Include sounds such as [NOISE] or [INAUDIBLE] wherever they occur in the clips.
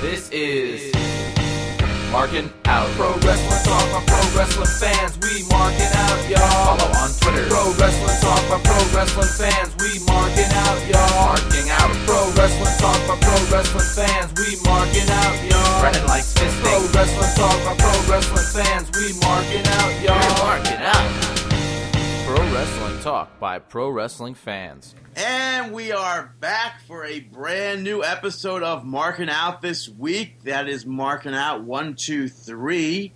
This is Marking Out. Pro Wrestling Talk by Pro Wrestling Fans, we marking out, y'all. Follow on Twitter. Pro Wrestling Talk by Pro Wrestling Fans, we marking out, y'all. Marking Out. Pro Wrestling Talk by Pro Wrestling Fans, we marking out, y'all. Brennan likes Pro fisting. Wrestling Talk by Pro Wrestling Fans, we marking out, You're y'all. marking out. Pro Wrestling Talk by Pro Wrestling Fans. And we are back for a brand new episode of Marking Out this week. That is Marking Out 123.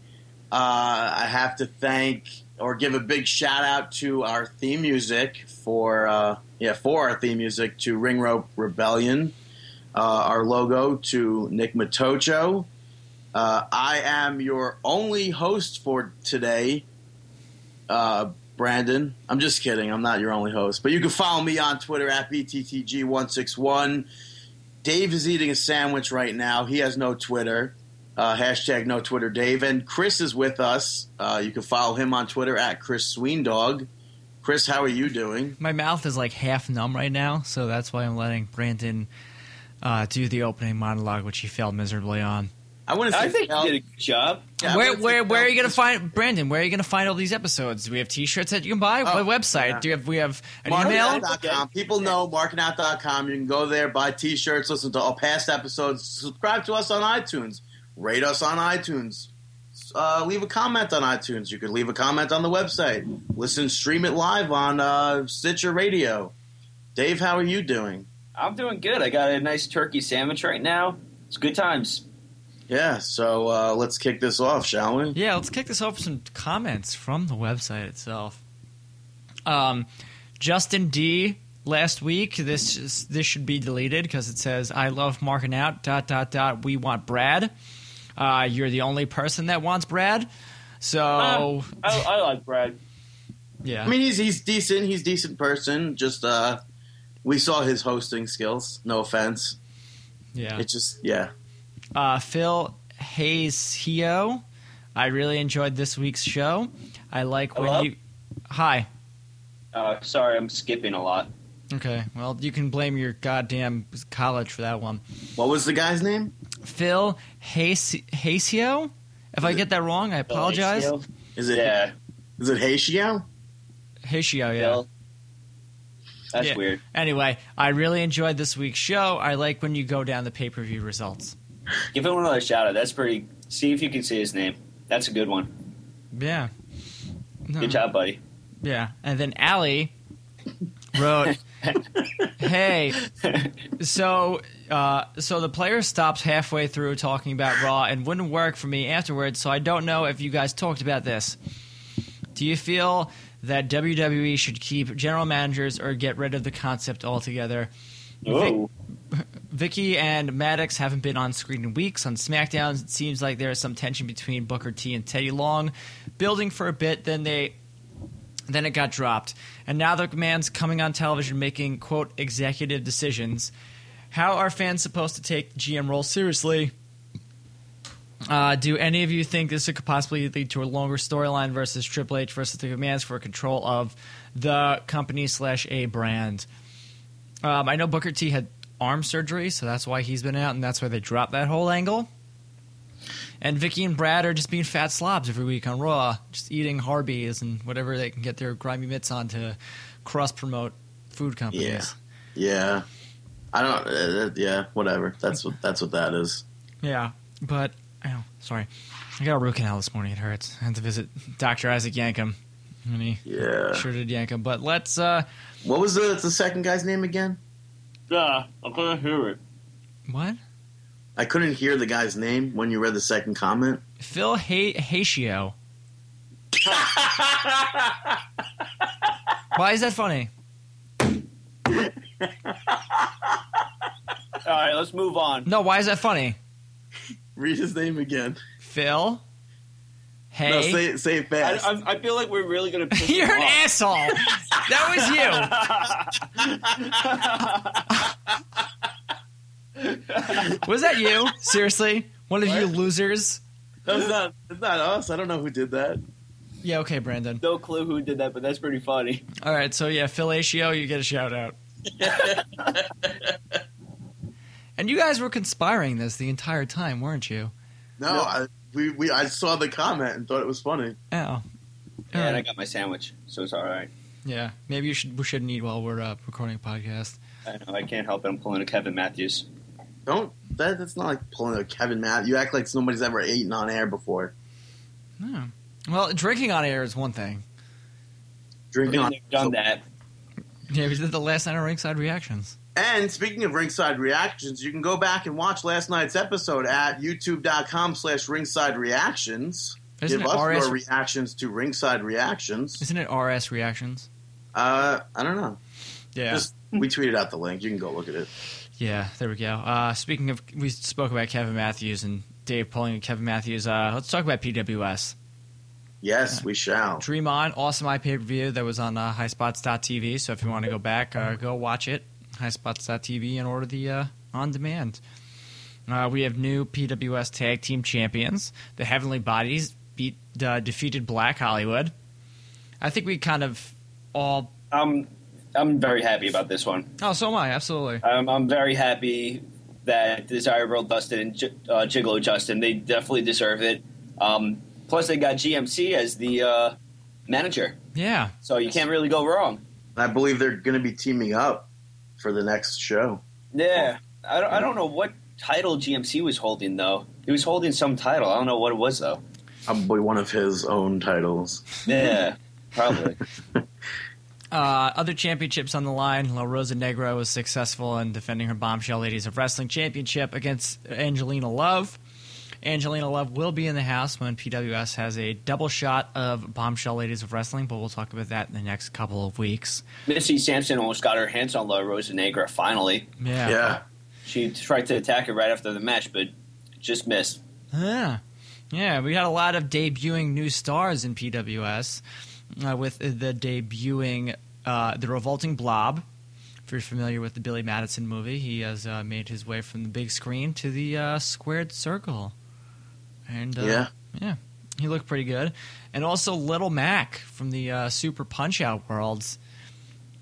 Uh, I have to thank or give a big shout out to our theme music for, uh, yeah, for our theme music to Ring Rope Rebellion, uh, our logo to Nick Matocho. Uh, I am your only host for today, uh, Brandon. I'm just kidding. I'm not your only host. But you can follow me on Twitter at BTTG161. Dave is eating a sandwich right now. He has no Twitter. Uh, hashtag no Twitter Dave. And Chris is with us. Uh, you can follow him on Twitter at Chris Sweendog. Chris, how are you doing? My mouth is like half numb right now, so that's why I'm letting Brandon uh, do the opening monologue, which he failed miserably on. I want to say I think you Val- did a good job. yeah, I where wanna say where where are you Val- gonna find Brandon? Where are you gonna find all these episodes? Do we have T-shirts that you can buy? Oh, what website? yeah. Do we have we have an email? marketout.com. People know marketout.com. You can go there, buy t shirts, listen to all past episodes, subscribe to us on iTunes, rate us on iTunes, uh, leave a comment on iTunes. You could leave a comment on the website. Listen, stream it live on uh, Stitcher Radio. Dave, how are you doing? I'm doing good. I got a nice turkey sandwich right now. It's good times. Yeah, so uh, let's kick this off, shall we? Yeah, let's kick this off with some comments from the website itself. Um, Justin D last week. This is, this should be deleted because it says I love marking out. Dot dot dot. We want Brad. Uh, you're the only person that wants Brad. So Um, I, I like Brad. yeah, I mean, he's he's decent. He's a decent person. Just uh, we saw his hosting skills. No offense. yeah. It just yeah. Uh, Phil Hayes Hio. I really enjoyed this week's show. I like when Hello? you. Hi. Uh, sorry, I'm skipping a lot. Okay. Well, you can blame your goddamn college for that one. What was the guy's name? Phil Hayes Hasio. If I get that wrong, I apologize. Bill Is it Yeah, Is it Heishio? Hasio, yeah. Bill. That's Yeah. weird. Anyway, I really enjoyed this week's show. I like when you go down the pay per view results. Give him another shout out. That's pretty. See if you can see his name. That's a good one. Yeah. No. Good job, buddy. [LAUGHS] Yeah. And then Allie wrote, "Hey, so uh, so the player stops halfway through talking about Raw and wouldn't work for me afterwards. So I don't know if you guys talked about this. Do you feel that WWE should keep general managers or get rid of the concept altogether? Whoa. Vicky and Maddox haven't been on screen in weeks. On SmackDown, it seems like there is some tension between Booker T and Teddy Long, building for a bit. Then they, then it got dropped, and now the man's coming on television making quote executive decisions. How are fans supposed to take the GM role seriously? Uh, do any of you think this could possibly lead to a longer storyline versus Triple H versus the commands for control of the company slash a brand? Um, I know Booker T had arm surgery, so that's why he's been out, and that's why they dropped that whole angle. And Vicky and Brad are just being fat slobs every week on Raw, just eating Harbies and whatever they can get their grimy mitts on to cross promote food companies. Yeah. Yeah. I don't. Uh, uh, yeah, whatever. That's what that's what that is. Yeah, but oh, sorry, I got a root canal this morning. It hurts. I had to visit Doctor Isaac Yankum, and he Yeah. sure did yank him. But let's. uh What was the the second guy's name again? Ah, Yeah, I'm gonna hear it. What? I couldn't hear the guy's name when you read the second comment. Phil ha- [LAUGHS] Hatio. Why is that funny? All right, let's move on. No, why is that funny? Read his name again. Phil. Hey. No, [LAUGHS] say say it I, fast. I, I feel like we're really gonna. Piss You're him an off. asshole. That was you. [LAUGHS] Was that you? Seriously? One of you losers? [LAUGHS] That's not that's not us. I don't know who did that. Yeah, okay, Brandon. [LAUGHS] No clue who did that, but that's pretty funny. All right, so yeah, Phil Ascio, you get a shout out. And you guys were conspiring this the entire time, weren't you? No, I, we, we I saw the comment and thought it was funny. Oh. Yeah, and I Alright. got my sandwich, so it's all right. Yeah. Maybe you should we shouldn't eat while we're uh, recording a podcast. I know I can't help it. I'm pulling a Kevin Matthews. Don't that, that's not like pulling a Kevin Matt. You act like nobody's ever eaten on air before. No. Well, drinking on air is one thing. [LAUGHS] Drinking on They've done that. Yeah, we did the last night on Ringside Reactions. And speaking of ringside reactions, you can go back and watch last night's episode at youtube.com slash ringside reactions. Isn't Give it us RS? your reactions to ringside reactions. Isn't it RS Reactions? Uh, I don't know. Yeah. Just we tweeted out the link. You can go look at it. Yeah, there we go. Uh, speaking of, we spoke about Kevin Matthews and Dave pulling Kevin Matthews. Uh, let's talk about PWS. Yes, we shall. Dream On, awesome eye pay per view that was on uh, highspots.tv. So if you want to go back, uh, go watch it, highspots.tv, and order the uh, on demand. Uh, we have new PWS Tag Team Champions. The Heavenly Bodies beat uh, defeated Black Hollywood. I think we kind of all. I'm I'm very happy about this one. Oh, so am I, absolutely. I'm, I'm very happy that Desire World Dustin and J- uh, Gigolo Justin they definitely deserve it. Um, plus, they got GMC as the uh, manager, Yeah. so you can't really go wrong. I believe they're going to be teaming up for the next show. Yeah, I don't, I don't know what title GMC was holding though. He was holding some title. I don't know what it was though. Probably one of his own titles. [LAUGHS] Yeah, probably. Uh, other championships on the line. La Rosa Negra was successful in defending her Bombshell Ladies of Wrestling Championship against Angelina Love. Angelina Love will be in the house when PWS has a double shot of Bombshell Ladies of Wrestling, but we'll talk about that in the next couple of weeks. Missy Sampson almost got her hands on La Rosa Negra finally. Yeah. Yeah. She tried to attack her right after the match, but just missed. Yeah. Yeah, we had a lot of debuting new stars in PWS uh, with the debuting uh, The Revolting Blob. If you're familiar with the Billy Madison movie, he has uh, made his way from the big screen to the uh, squared circle. And uh, Yeah. yeah, he looked pretty good. And also Little Mac from the uh, Super Punch Out Worlds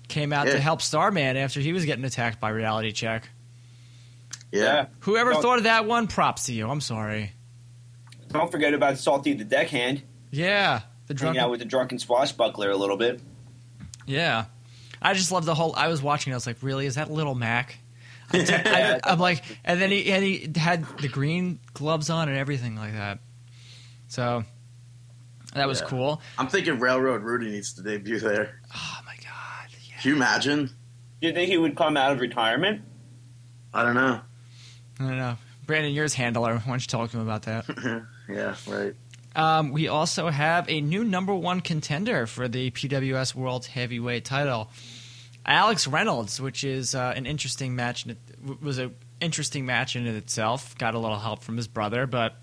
came out Yeah. to help Starman after he was getting attacked by Reality Check. Yeah. Whoever Don't- thought of that one, props to you. I'm sorry. Don't forget about Salty the Deckhand Yeah, the drunken hanging out with the drunken swashbuckler a little bit. Yeah. I just love the whole. I was watching. I was like, really? Is that Little Mac? I'm, t- I, am like, and then he and he had the green gloves on and everything like that. So that was Yeah. cool. [LAUGHS] I'm thinking Railroad Rudy needs to debut there. Oh my god! Yeah. Can you imagine? Do you think he would come out of retirement? I don't know. I don't know, Brandon, you're his handler. Why don't you talk to him about that? Yeah, right. Um, we also have a new number one contender for the PWS World Heavyweight title, Alex Reynolds, which is uh, an interesting match. in it- w- Was an interesting match in it itself. Got a little help from his brother, but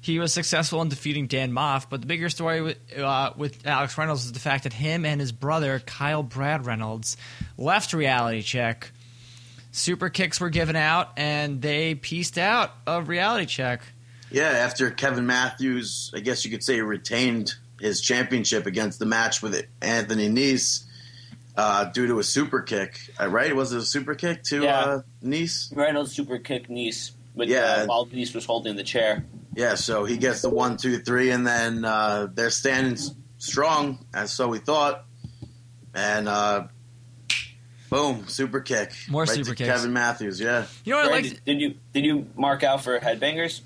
he was successful in defeating Dan Moff. But the bigger story with, uh, with Alex Reynolds is the fact that him and his brother Kyle Brad Reynolds left Reality Check. Super kicks were given out, and they pieced out of Reality Check. Yeah, after Kevin Matthews, I guess you could say, retained his championship against the match with Anthony Nice uh, due to a super kick, uh, right? Was it a super kick to Yeah. uh, Nice? Reynolds super kick Nice, but Yeah. uh, while Nice was holding the chair. Yeah, so he gets the one, two, three, and then uh, they're standing s- strong, as so we thought. And uh, boom, super kick. More Right super to kicks. Kevin Matthews, yeah. You know what I Brandon, like? did you did you mark out for headbangers?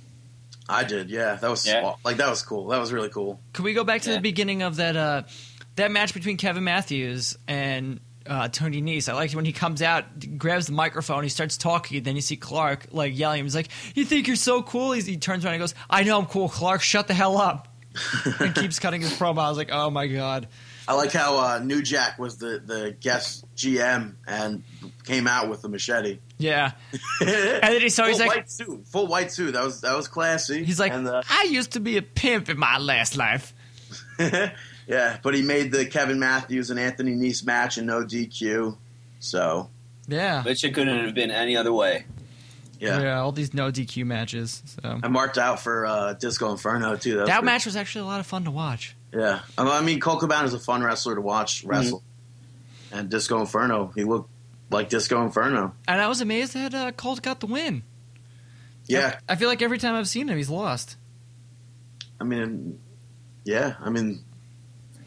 I did, yeah. That was Yeah. like that was cool. That was really cool. Could we go back to Yeah. the beginning of that uh, that match between Kevin Matthews and uh, Tony Nese? I liked when he comes out, grabs the microphone, he starts talking, then you see Clark like yelling. He's like, "You think you're so cool?" He's, he turns around and goes, "I know I'm cool, Clark. Shut the [LAUGHS] hell up." and keeps cutting his promo. I was like, "Oh my god." I like how uh, New Jack was the, the guest GM and came out with the machete. Yeah, and and then he saw full he's like, white suit, full white suit. That was that was classy. he's like, and, uh, [LAUGHS] I used to be a pimp in my last life. yeah, but he made the Kevin Matthews and Anthony Nice match and no DQ. So Yeah, Which it couldn't have been any other way. yeah, all these no DQ matches. So I marked out for uh, Disco Inferno too. That, was that pretty- match was actually a lot of fun to watch. Yeah, Mm-hmm. I mean, Cole Cabana is a fun wrestler to watch wrestle, and Disco Inferno, he looked like Disco Inferno. And I was amazed that uh, Colt got the win. Yeah, I feel like every time I've seen him, he's lost. I mean, yeah, I mean, I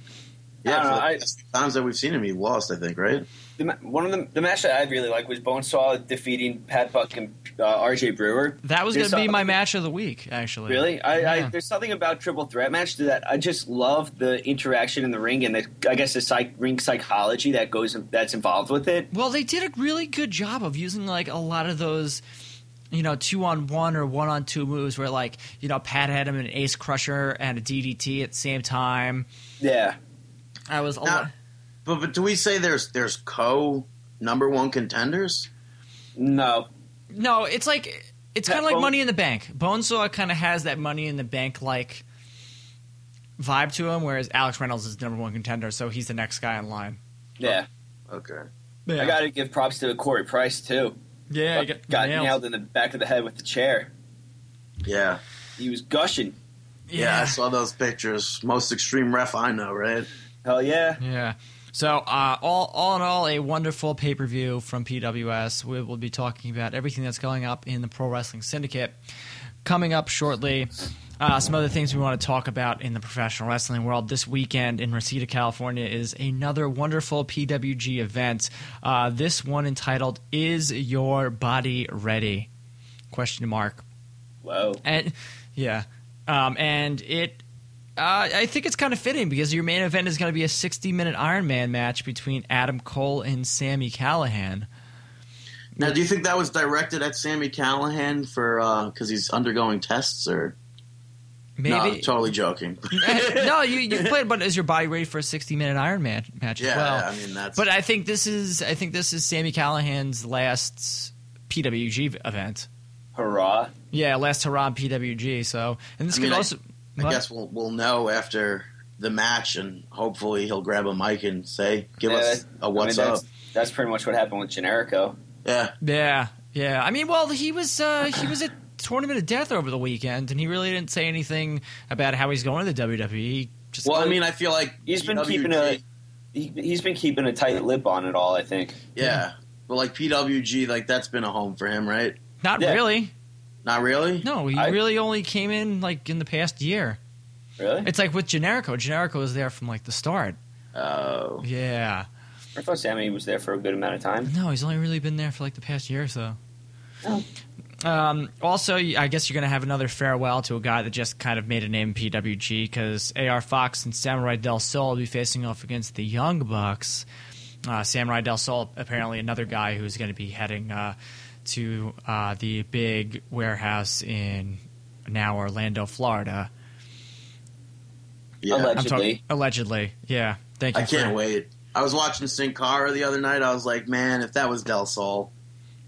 yeah. don't for know, the I- best times that we've seen him, he lost. I think, right? The, ma- one of the, the match that I really liked was Bonesaw defeating Pat Buck and uh, RJ Brewer. That was going There's to be my something- match of the week, actually. Really, I, I Yeah. there's something about triple threat match that I just love the interaction in the ring and the I guess the psych, ring psychology that goes that's involved with it. Well, they did a really good job of using like a lot of those, you know, two on one or one on two moves where like you know Pat had him in an Ace Crusher and a DDT at the same time. Yeah, I was a Now- lot. But but do we say there's there's co number one contenders? no, No, it's like it's Yeah, kind of like Bone- Money in the Bank. Bonesaw kind of has that Money in the Bank like vibe to him, whereas Alex Reynolds is the number one contender, so he's the next guy in line. yeah. Okay. Yeah, I got to give props to Corey Price too. yeah, you got, got nailed. nailed. in the back of the head with the chair. Yeah. He was gushing. yeah, I saw those pictures. Most extreme ref I know, right? Hell yeah! Yeah. So uh, all all in all, a wonderful pay per view from PWS. We will be talking about everything that's going up in the Pro Wrestling Syndicate coming up shortly. Uh, some other things we want to talk about in the professional wrestling world this weekend in Reseda, California, is another wonderful PWG event. Uh, this one entitled "Is Your Body Ready?" question mark Whoa. and yeah, um, and it. Uh, I think it's kind of fitting because your main event is going to be a 60 minute Iron Man match between Adam Cole and Sammy Callahan. Now, do you think that was directed at Sammy Callahan for because he's undergoing tests, or Maybe. [LAUGHS] Eh, no? Totally joking. no, [LAUGHS] you, you played, but is your body ready for a 60 minute Iron Man match yeah, as well? I mean that's. But I think this is I think this is Sammy Callahan's last PWG event. Hurrah. Yeah, last hurrah in PWG. So, and this I could mean, I- also. I What? guess we'll we'll know after the match, and hopefully he'll grab a mic and say, "Give Yeah, us a what's I mean, up." that's, that's pretty much what happened with Generico. Yeah, Yeah, yeah. I mean, well, he was uh, he was at Tournament of Death over the weekend, and he really didn't say anything about how he's going to WWE. E. He Just well, I mean, I feel like He's been PWG keeping a he, he's been keeping a tight lip on it all. I think. yeah, but like PWG, like that's been a home for him, right? not yeah. really. Not really. No, he I- really only came in like in the past year. Really? It's like with Generico. Generico was there from like the start. Oh, Yeah. I thought Sammy was there for a good amount of time. No, he's only really been there for like the past year or so. Oh. Um, also, y- I guess you're going to have another farewell to a guy that just kind of made a name in PWG because AR Fox and Samurai Del Sol will be facing off against the Young Bucks. Uh, Samurai Del Sol, apparently, another guy who's going to be heading uh, to uh, the big warehouse in now Orlando, Florida. yeah. Alleged. I'm talk- Allegedly. allegedly, yeah. Thank you. I can't for- wait. I was watching Sin Cara the other night. I was like, man, if that was Del Sol.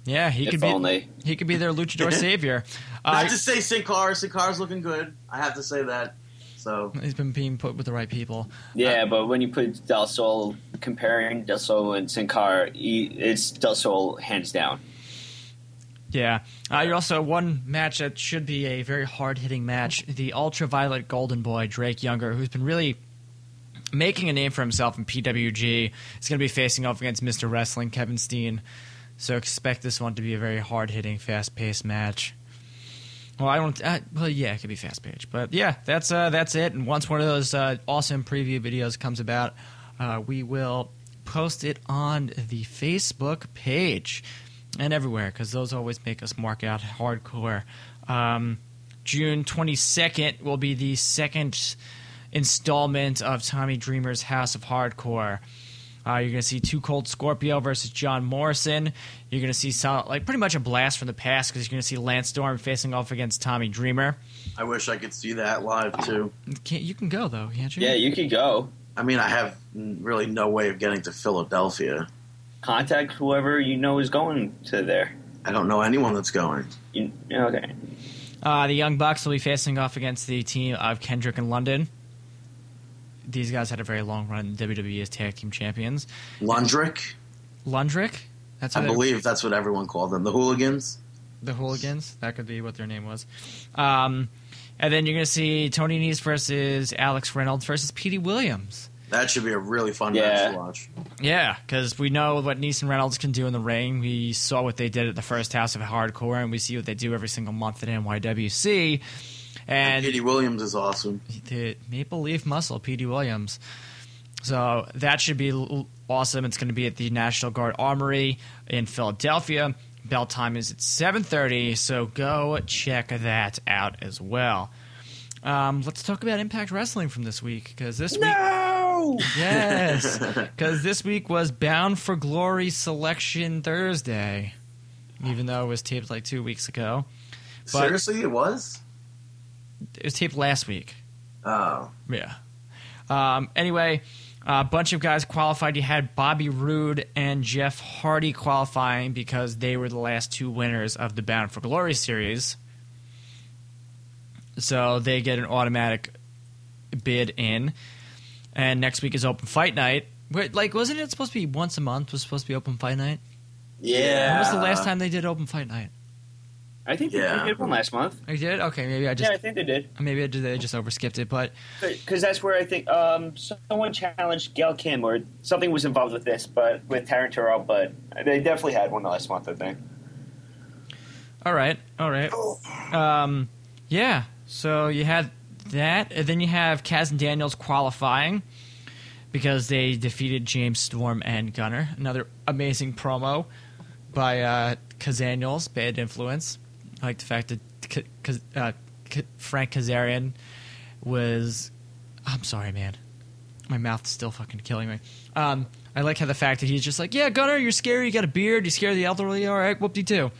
Yeah, he could If be. only. He could be their [LAUGHS] luchador savior. Not Uh, to say Sin Cara. Sin Cara's looking good. I have to say that. So he's been being put with the right people. Uh, Yeah, but when you put Del Sol comparing Del Sol and Sin Cara, he, it's Del Sol hands down. Yeah. Uh, you also one match that should be a very hard hitting match. The ultraviolet golden boy Drake Younger, who's been really making a name for himself in PWG, is going to be facing off against Mr. Wrestling Kevin Steen. So expect this one to be a very hard hitting, fast paced match. Well, I don't. Uh, well, yeah, it could be fast paced, but yeah, that's uh, that's it. And once one of those uh, awesome preview videos comes about, uh, we will post it on the Facebook page and everywhere because those always make us mark out hardcore. Um, June 22nd will be the second installment of Tommy Dreamer's House of Hardcore. Uh, you're going to see Two Cold Scorpio versus John Morrison. You're going to see sol- like pretty much a blast from the past because you're going to see Lance Storm facing off against Tommy Dreamer. I wish I could see that live too. Can't, you can go though, can't you? Yeah, you could go I mean, I have really no way of getting to Philadelphia. contact whoever you know is going to there. I don't know anyone that's going. You, yeah, okay. Uh, the Young Bucks will be facing off against the team of Kendrick and London. These guys had a very long run in WWE as tag team champions. Lundrick, Lundrick, that's how I they- believe that's what everyone called them. The hooligans. the hooligans. That could be what their name was. Um, and then you're going to see Tony Nese versus Alex Reynolds versus Petey Williams. That should be a really fun Yeah. match to watch. Yeah, because we know what Neeson Reynolds can do in the ring. We saw what they did at the first House of Hardcore, and we see what they do every single month at NYWC. And And Petey Williams is awesome. the Maple Leaf Muscle, P.D. Williams. So that should be l- awesome. It's going to be at the National Guard Armory in Philadelphia. Bell time is at 7:30, so go check that out as well. Um, let's talk about Impact Wrestling from this week because this week, yes, because this week was Bound for Glory Selection Thursday, even though it was taped like two weeks ago. But- Seriously, it was. It was taped last week. Oh, Yeah. Um, anyway, a bunch of guys qualified. You had Bobby Roode and Jeff Hardy qualifying because they were the last two winners of the Bound for Glory series. So they get an automatic bid in. And next week is open fight night. Wait, Like, wasn't it supposed to be once a month? Was supposed to be open fight night? Yeah. When was the last time they did open fight night? I think Yeah. they did one last month. I did. Okay, maybe I just yeah, I think they did. maybe I did. I just overskipped it, but Because that's where I think um, someone challenged Gail Kim or something was involved with this, but with Taryn Terrell, but they definitely had one last month, I think. All right, all right. Um, yeah. So you had that, and then you have Kaz and Daniels qualifying because they defeated James Storm and Gunner. Another amazing promo by uh, Kazaniels, Bad Influence. I like the fact that K- K- uh, K- Frank Kazarian was. I'm sorry, man. My mouth's still fucking killing me. Um, I like how the fact that he's just like, yeah, Gunner, you're scary. You got a beard. You scare the elderly. All right, whoop de doo.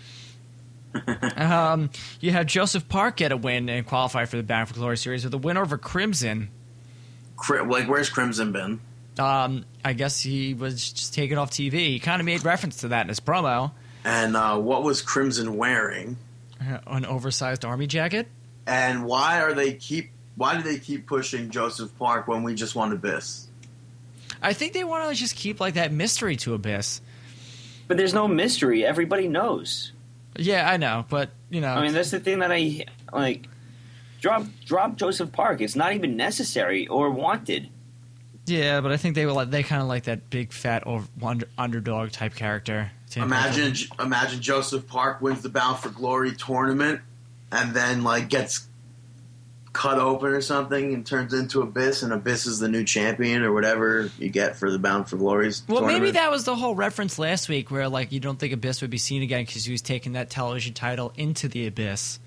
Um, you have Joseph Park get a win and qualify for the Bound for Glory series with a win over Crimson. Cri- like where's Crimson been? Um, I guess he was just taken off TV. He kind of made reference to that in his promo. And uh, what was Crimson wearing? Uh, An oversized army jacket. And why are they keep? Why do they keep pushing Joseph Park when we just want Abyss? I think they want to just keep like that mystery to Abyss. But there's no mystery. Everybody knows. Yeah, I know, but you know, I mean, that's the thing that I like. Drop, drop Joseph Park. It's not even necessary or wanted. yeah, but I think they will. like- They kind of like that big fat over, under, underdog type character. Imagine, imagine Joseph Park wins the Bound for Glory tournament, and then like gets cut open or something and turns into Abyss, and Abyss is the new champion or whatever you get for the Bound for Glories. Well, maybe tournament. that was the whole reference last week, where like you don't think Abyss would be seen again because he was taking that television title into the abyss.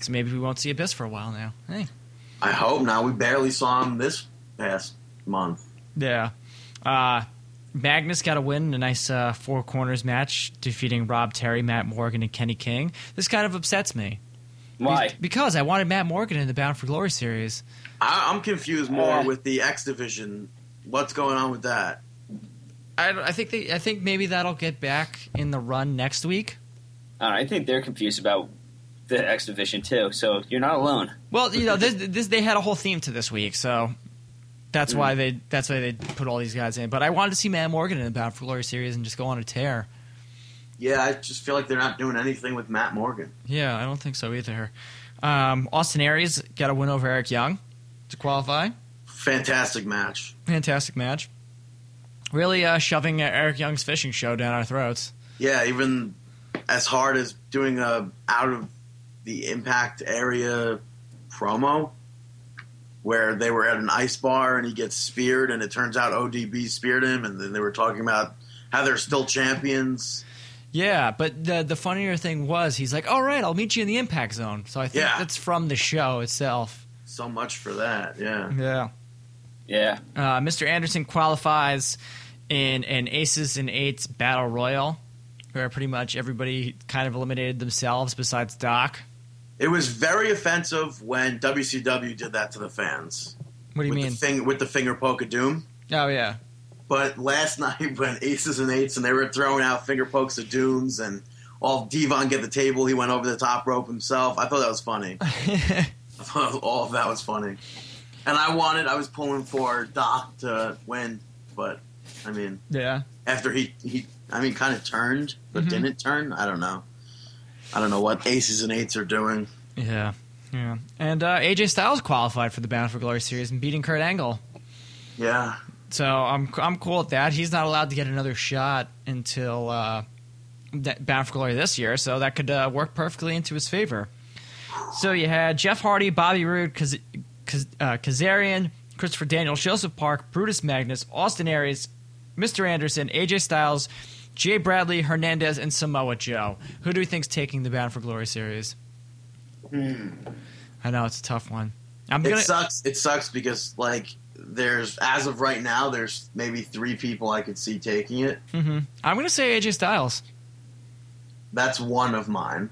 So maybe we won't see Abyss for a while now. Hey. I hope not. We barely saw him this past month. Yeah. Uh, Magnus got a win in a nice uh, four corners match, defeating Rob Terry, Matt Morgan, and Kenny King. This kind of upsets me. Why? Because I wanted Matt Morgan in the Bound for Glory series. I, I'm confused more Uh. with the X Division. What's going on with that? I, I think they, I think maybe that'll get back in the run next week. Uh, I, don't know, I think they're confused about the X Division too. So you're not alone. Well, you know, this, this they had a whole theme to this week, so that's why they that's why they put all these guys in. But I wanted to see Matt Morgan in the Bound for Glory series and just go on a tear. Yeah, I just feel like they're not doing anything with Matt Morgan. Yeah, I don't think so either. Um, Austin Aries got a win over Eric Young to qualify. Fantastic match. Fantastic match. Really uh, shoving uh, Eric Young's fishing show down our throats. Yeah, even as hard as doing a out of the impact area promo where they were at an ice bar and he gets speared and it turns out ODB speared him and then they were talking about how they're still champions. Yeah, but the the funnier thing was he's like, "All right, I'll meet you in the impact zone." So I think Yeah. that's from the show itself. So much for that, yeah. Yeah. Yeah. Uh, Mr. Anderson qualifies in an Aces and Eights Battle Royal, where pretty much everybody kind of eliminated themselves besides Doc. It was very offensive when WCW did that to the fans. What do you with mean? The fing- with the finger poke of doom. oh, yeah. [LAUGHS] But last [LAUGHS] night when aces and eights and they were throwing out finger pokes of dooms and all Devon get the table, he went over the top rope himself. I thought that was [LAUGHS] funny. I thought all of that was funny. And I wanted, I was pulling for Doc to win, but I mean, yeah. after he, he I mean, kind of turned, but Mhm. didn't turn. I don't know. I don't know what aces and eights are doing. Yeah. Yeah. And uh, AJ Styles qualified for the Bound for Glory series and beating Kurt Angle. Yeah. So I'm I'm cool with that. He's not allowed to get another shot until uh, that Bound for Glory this year, so that could uh, work perfectly into his favor. So you had Jeff Hardy, Bobby Roode, Kaz- Kaz- uh, Kazarian, Christopher Daniel, Joseph Park, Brutus Magnus, Austin Aries, Mr. Anderson, AJ Styles, Jay Bradley, Hernandez, and Samoa Joe. Who do we think's taking the Bound for Glory series? I know it's a tough one. I'm Hmm. It gonna. sucks. It sucks because like there's as of right now there's maybe three people I could see taking it. Mhm. I'm gonna say AJ Styles. That's one of mine.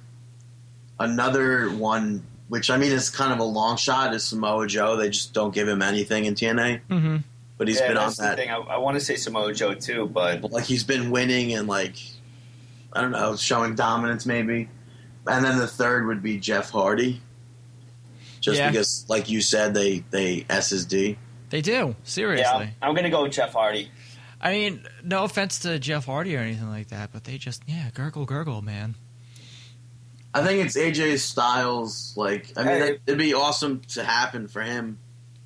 Another one, which I mean is kind of a long shot, is Samoa Joe. They just don't give him anything in TNA, Mm-hmm. but he's yeah, been on that's the that. thing. I, I want to say Samoa Joe too, but Like he's been winning and like I don't know, showing dominance maybe. And then the third would be Jeff Hardy. Just Yeah. because, like you said, they they SSD. They do seriously. yeah, I'm- I'm gonna go with Jeff Hardy. I mean, no offense to Jeff Hardy or anything like that, but they just yeah, gurgle, gurgle, man. I think it's AJ Styles. Like, I mean, Hey. that- it'd be awesome to happen for him.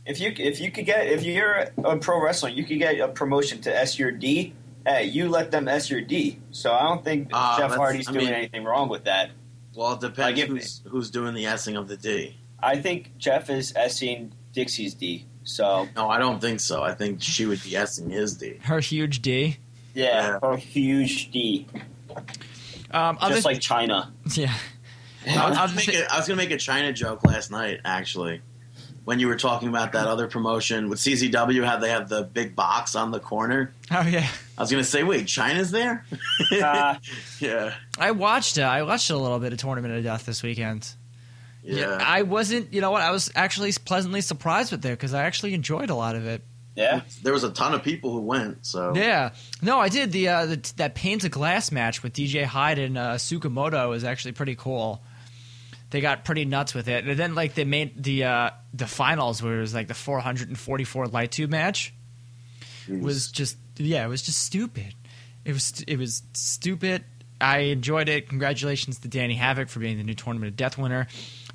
If you if you could get if you're a pro wrestler, you could get a promotion to S your D. Hey, you let them S your D. So I don't think Ah, Jeff that's- Hardy's I doing mean- anything wrong with that. Well, it I depends give- who's, who's doing the S'ing of the D. I think Jeff is S'ing Dixie's D. So No, I don't think so. I think she would be S'ing his D. Her huge D. yeah, Yeah. a huge D, Um, other, just like [LAUGHS] China. [LAUGHS] yeah, I was, I'll gonna just make say- a, I was gonna make a China joke last night, actually, when you were talking about that other promotion with CZW, how they have the big box on the corner. oh yeah. I was gonna say, wait, China's there? Uh, Ah, [LAUGHS] yeah, I watched uh, I watched a little bit of Tournament of Death this weekend. yeah. I wasn't. You know what? I was actually pleasantly surprised with it because I actually enjoyed a lot of it. yeah, there was a ton of people who went. So Yeah. No, I did the, uh, the that panes of glass match with DJ Hyde and uh, Sukamoto was actually pretty cool. They got pretty nuts with it, and then like they made the uh, the finals where it was like the 444 light tube match was just yeah, it was just stupid. It was it was stupid. I enjoyed it. Congratulations to Danny Havoc for being the new Tournament of Death winner.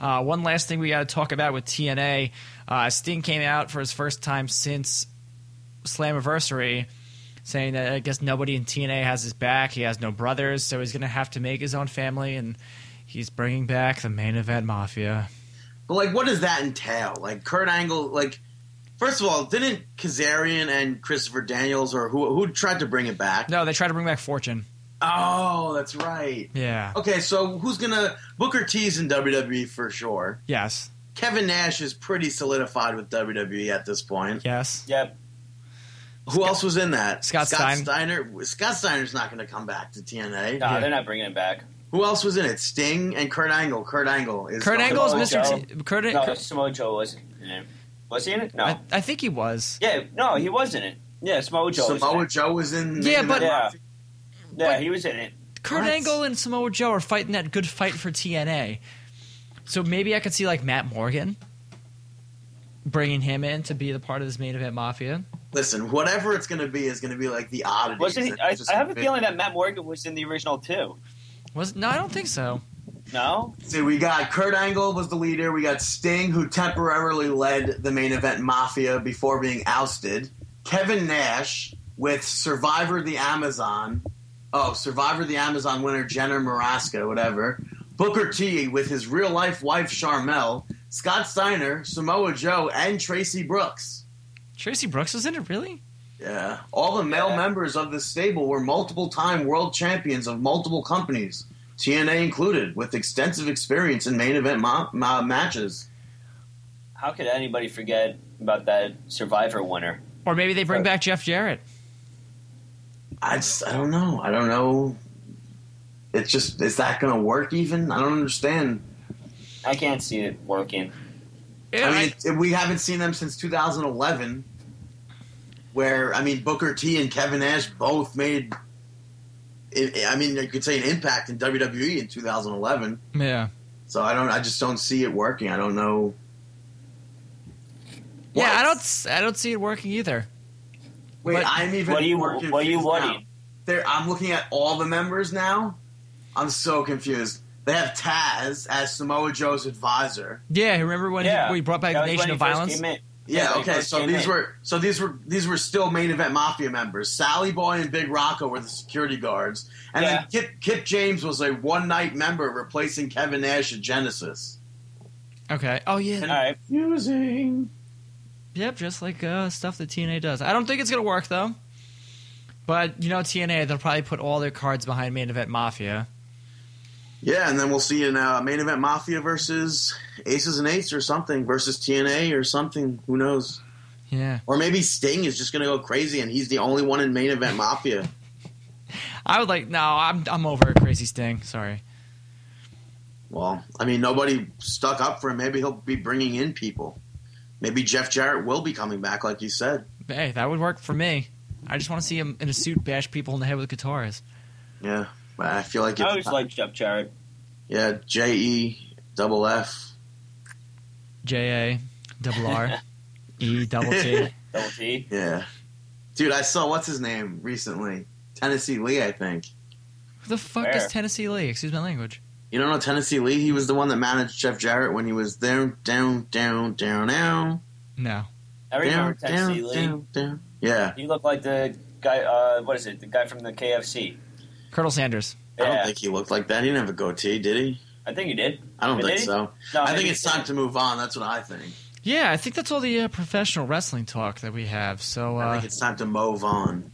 Uh, one last thing we got to talk about with TNA. Uh, Sting came out for his first time since Slammiversary, saying that I guess nobody in TNA has his back. He has no brothers, so he's going to have to make his own family, and he's bringing back the main event mafia. But like, what does that entail? Like, Kurt Angle, like, first of all, didn't Kazarian and Christopher Daniels or who who tried to bring it back? No, they try to bring back Fortune. Oh, that's right. Yeah. Okay, so who's gonna Booker T's in WWE for sure? Yes. Kevin Nash is pretty solidified with WWE at this point. Yes. yep. Who else was in that? Scott Stein. Steiner. Scott Steiner's not going to come back to TNA. Nah, Yeah. they're not bringing it back. Who else was in it? Sting and Kurt Angle. Kurt Angle is Kurt going- Angle is Samoa Mr. T- Kurt, No, Kurt- Samoa Joe wasn't. In it. Was he in it? No. I, I think he was. yeah, no, he was in it. Yeah, Samoa Joe. was in Samoa it. Joe was in. Yeah, but- Yeah. Yeah, But- he was in it. Kurt What? Angle and Samoa Joe are fighting that good fight for TNA. So maybe I could see like Matt Morgan bringing him in to be the part of this main event mafia. listen, whatever it's going to be is going to be like the oddity. Wasn't he? I, I have a feeling that Matt Morgan was in the original too. Was no, I don't think so. No, See, we got Kurt Angle was the leader. We got Sting, who temporarily led the main event Mafia before being ousted. Kevin Nash with Survivor the Amazon. Oh, Survivor the Amazon winner Jenner Maraska, whatever. Booker T with his real life wife Charmel. Scott Steiner, Samoa Joe, and Tracy Brooks. Tracy Brooks was in it, really? Yeah. All the male Yeah. members of this stable were multiple time world champions of multiple companies, TNA included, with extensive experience in main event ma- ma- matches. how could anybody forget about that Survivor winner? Or maybe they bring Right. back Jeff Jarrett. I just, I don't know. I don't know. It's just, is that going to work even? I don't understand. I can't see it working. Yeah, I mean, I- it- we haven't seen them since 2011, where, I mean, Booker T and Kevin Nash both made, I I mean, you could say an impact in WWE in 2011. yeah. So I don't. I just don't see it working. I don't know. Yeah, What? I don't s- I don't see it working either. Wait, What- I'm even. what do you- more what do you confused want? now. There, I'm looking at all the members now. I'm so confused. They have Taz as Samoa Joe's advisor. Yeah, remember when yeah, he, we brought back that the was when Nation he of first Violence? came in. Yeah. Yeah, Okay. first So came these in. were so these were these were still main event mafia members. Sally Boy and Big Rocco were the security guards, and then Kip Kip James was a one night member replacing Kevin Nash at Genesis. Okay. Oh yeah. All right. Using Yep, just like uh, stuff that TNA does. I don't think it's gonna work though. But you know TNA, they'll probably put all their cards behind main event Mafia. Yeah, and then we'll see in uh, main event Mafia versus Aces and Eights or something versus TNA or something. Who knows? Yeah, Or maybe Sting is just going to go crazy and he's the only one in main event Mafia. I would like. No, I'm I'm over Crazy Sting. Sorry. Well, I mean, nobody stuck up for him. Maybe he'll be bringing in people. Maybe Jeff Jarrett will be coming back, like you said. Hey, that would work for me. I just want to see him in a suit bash people in the head with guitars. Yeah, but I feel like I it's always like Jeff Jarrett. yeah, J E double F. J A double R E [LAUGHS] double T. Double T. Yeah, dude, I saw what's his name recently. Tennessee Lee, I think. Who the fuck Where? is Tennessee Lee? Excuse my language. You don't know Tennessee Lee? He was the one that managed Jeff Jarrett when he was down, down, down, down, down, No. I remember down, Tennessee down, Lee. down, down. Yeah, He looked like the guy. Uh, what is it? The guy from the KFC. Colonel Sanders. I Yeah. don't think he looked like that. He didn't have a goatee, did he? I think he did. I don't Did think he? so. No, I think maybe it's he time did. to move on. That's what I think. Yeah, I think that's all the uh, professional wrestling talk that we have. So I uh, think it's time to move on.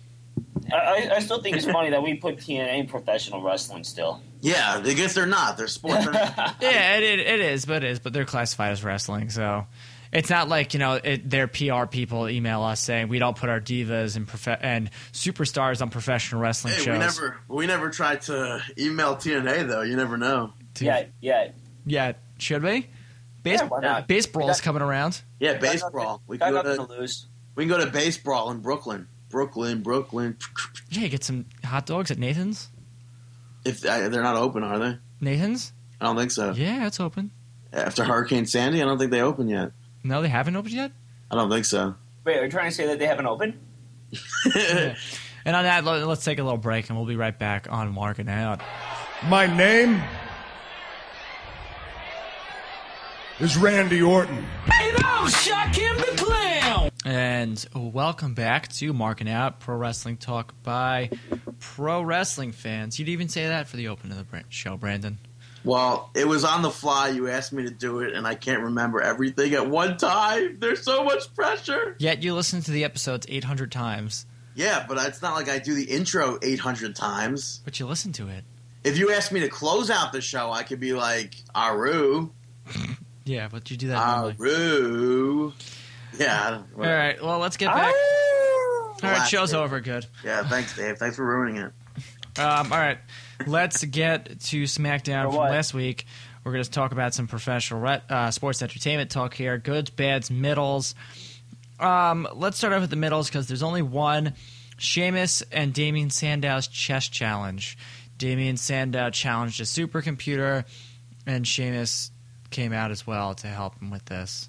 I, I- I still think it's funny that we put TNA in professional wrestling still. Yeah, I guess they're not. [LAUGHS] They're sports. They're not- yeah, it, it, it is, but it is, but they're classified as wrestling, so it's not like you know it, their PR people email us saying we don't put our divas and profe- and superstars on professional wrestling hey, shows. we never we never tried to email TNA though. You never know. Dude. yeah, yeah. yeah, should we? Base, Yeah, why not? base brawl's Yeah. coming around. Yeah, Got base nothing- brawl. We got can go nothing to to lose. we can go to base brawl in Brooklyn. Brooklyn, Brooklyn. Yeah, get some hot dogs at Nathan's. If uh, they're not open, are they? Nathan's? I don't think so. Yeah, it's open. After Hurricane Sandy, I don't think they opened yet. No, they haven't [LAUGHS] opened yet. I don't think so. Wait, are you trying to say that they haven't opened? Yeah. And on that, let- let's take a little break, and we'll be right back on Marking Out. My name is Randy Orton. And welcome back to Marking Out Pro Wrestling Talk by Pro Wrestling Fans. You'd even say that for the opening of the bran- show, Brandon. [LAUGHS] Well, it was on the fly. You asked me to do it, and I can't remember everything at one time. There's so much pressure. Yet you listen to the episodes 800 times, Yeah, but it's not like I do the intro 800 times. but you listen to it. If you asked me to close out the show, I could be like Aru, Yeah, but you do that Ah, normally. Aru. Yeah. I don't- All right, well, let's get back. All right, show's over. Good. Yeah. Thanks, Dave. Thanks for ruining it. Um, all right, let's get to SmackDown For from what? last week. We're going to talk about some professional re- uh, sports entertainment talk here goods, bads, middles. Um, let's start off with the middles because there's only one Seamus and Damien Sandow's chess challenge. Damien Sandow challenged a supercomputer, and Seamus came out as well to help him with this.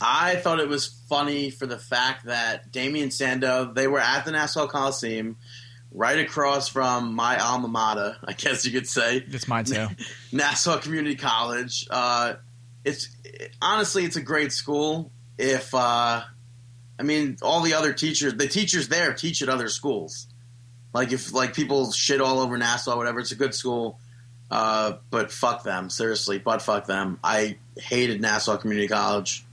I thought it was funny for the fact that Damien Sandow, they were at the Nassau Coliseum, right across from my alma mater, I guess you could say. It's mine [LAUGHS] too. Nassau Community College. Uh, it's honestly, it's a great school. If uh, I mean, all the other teachers, the teachers there teach at other schools. Like if like people shit all over Nassau, whatever. It's a good school, uh, but fuck them, seriously. But fuck them. I hated Nassau Community College.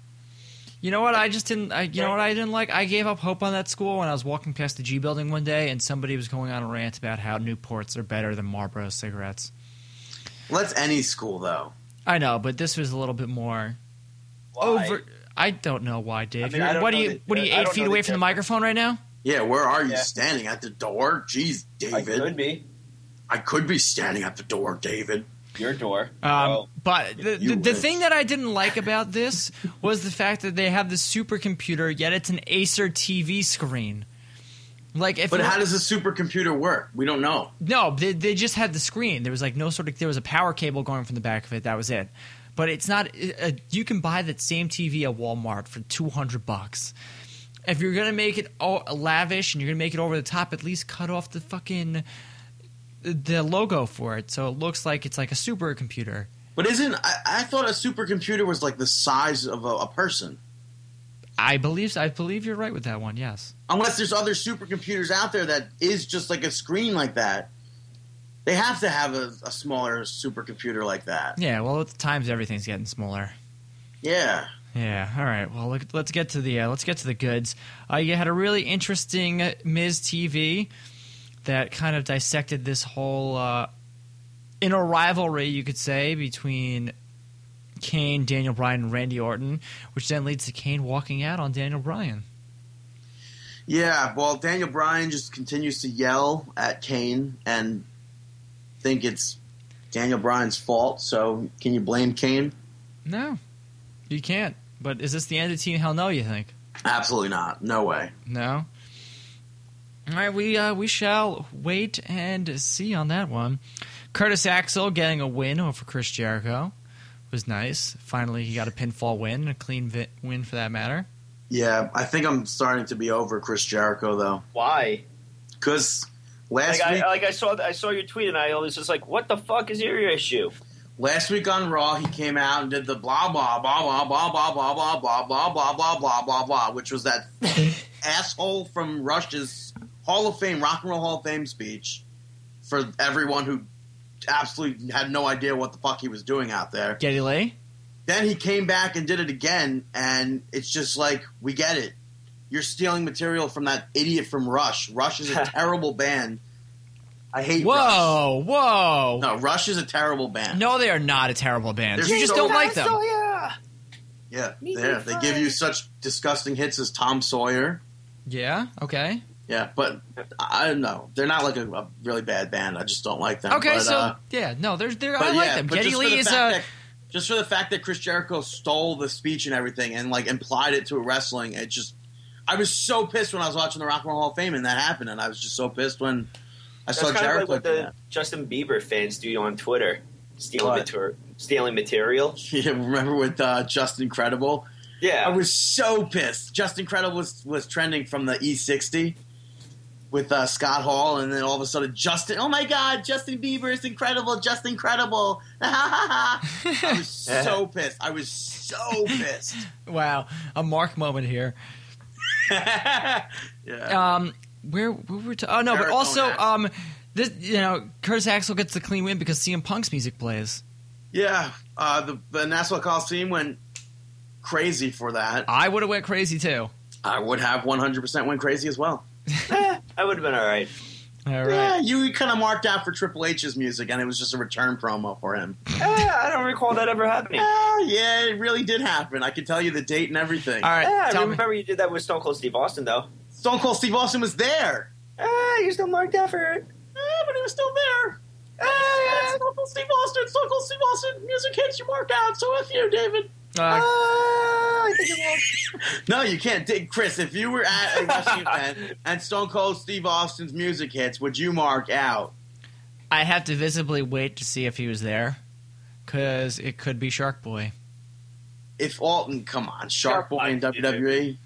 You know what? I just didn't. I, you know what? I didn't like. I gave up hope on that school when I was walking past the G building one day, and somebody was going on a rant about how Newports are better than Marlboro cigarettes. Well, that's any school though. I know, but this was a little bit more Why? over. I don't know why, Dave. mean, You're- I don't what know are you? the- what are you? I Eight don't feet know away the from the difference. microphone right now? Yeah, where are you Yeah. standing at the door? Jeez, I David, could be I could be standing at the door, David. your door. Um, Well, but the, you the, the wish. thing that I didn't like about this was the fact that they have this supercomputer, yet it's an Acer TV screen. Like if But it- how does a supercomputer work? We don't know. No, they, they just had the screen. There was like no sort of there was a power cable going from the back of it. That was it. But it's not. Uh, you can buy that same TV at Walmart for two hundred bucks. If you're gonna make it o lavish and you're gonna make it over the top, at least cut off the fucking the logo for it, so it looks like it's like a supercomputer. But isn't I, I thought a supercomputer was like the size of a, a person? I believe I believe you're right with that one. Yes. Unless there's other supercomputers out there that is just like a screen like that. They have to have a, a smaller supercomputer like that. Yeah. Well, at the times everything's getting smaller. Yeah. Yeah. All right. Well, look, let's get to the uh, let's get to the goods. Uh, you had a really interesting uh, Ms. TV that kind of dissected this whole uh, inner rivalry, you could say, between Kane, Daniel Bryan, and Randy Orton, which then leads to Kane walking out on Daniel Bryan. Yeah, well, Daniel Bryan just continues to yell at Kane and think it's Daniel Bryan's fault. So, can you blame Kane? No, you can't. But is this the end of Teen Hell No? You think? Absolutely not. No way. No. All right, we uh, we shall wait and see on that one. Curtis Axel getting a win over Chris Jericho was nice. Finally, he got a pinfall win, a clean vi- win for that matter. Yeah, I think I'm starting to be over Chris Jericho though, Why? because Like last I, week, like I saw I saw your tweet and I was just like, what the fuck is your issue? last week on Raw, he came out and did the blah blah blah blah blah blah blah blah blah blah blah blah blah blah blah, which was that asshole from Rush's Hall of Fame Rock and Roll Hall of Fame speech for everyone who absolutely had no idea what the fuck he was doing out there. Getty Lee. Then he came back and did it again, and it's just like we get it. You're stealing material from that idiot from Rush. Rush is a terrible band. I hate. Rush. Whoa, whoa. No, Rush is a terrible band. No, they are not a terrible band. They're you just so- don't like them. Yeah, there they give you such disgusting hits as Tom Sawyer. Yeah. Okay. Yeah, but I don't know. They're not like a, a really bad band. I just don't like them. Okay. But, so uh, yeah, no, there's there. but I like yeah, them. but Getty just for Lee the is uh, a. fact that- just for the fact that Chris Jericho stole the speech and everything and like implied it to wrestling, it just I was so pissed when I was watching the Rock and Roll Hall of Fame and that happened, and I was just so pissed when I That's saw kind Jericho. of like what do the Justin Bieber fans do on Twitter, stealing What? mater- stealing material. that. [LAUGHS] Yeah, remember with uh, Just Incredible? Yeah, I was so pissed. Just Incredible was was trending from the E60 with uh, Scott Hall, and then all of a sudden Justin. Oh my God, Justin Bieber is incredible. Just Incredible. [LAUGHS] I was so pissed. I was so pissed. Wow, a mark moment here. yeah. Um, where, where were? To, oh no, but Jericho also, and Axl. um, this you know, Curtis Axel gets the clean win because CM Punk's music plays. yeah. Uh, the, the Nassau Coliseum went crazy for that. I would have went crazy too. I would have 100% went crazy as well. Eh, [LAUGHS] I would have been all right. All Yeah, right. you kind of marked out for Triple H's music, and it was just a return promo for him. Eh, I don't recall that ever happening. Ah, yeah, it really did happen. I can tell you the date and everything. All Eh, right. I tell me- remember you did that with Stone Cold Steve Austin though. Stone Cold Steve Austin was there. Ah, you're still marked out for it. Ah, but he was still there. Ah, Stone Cold Steve Austin, Stone Cold Steve Austin, music hits, you mark out. So F you, David. Ah, Uh, I think it was. [LAUGHS] No, you can't. Dig, Chris, if you were at a wrestling [LAUGHS] event and Stone Cold Steve Austin's music hits, would you mark out? I'd have to visibly wait to see if he was there, because it could be Shark Boy, If Alton, come on, Shark Shark Boy in E? Boy, dude. WWE.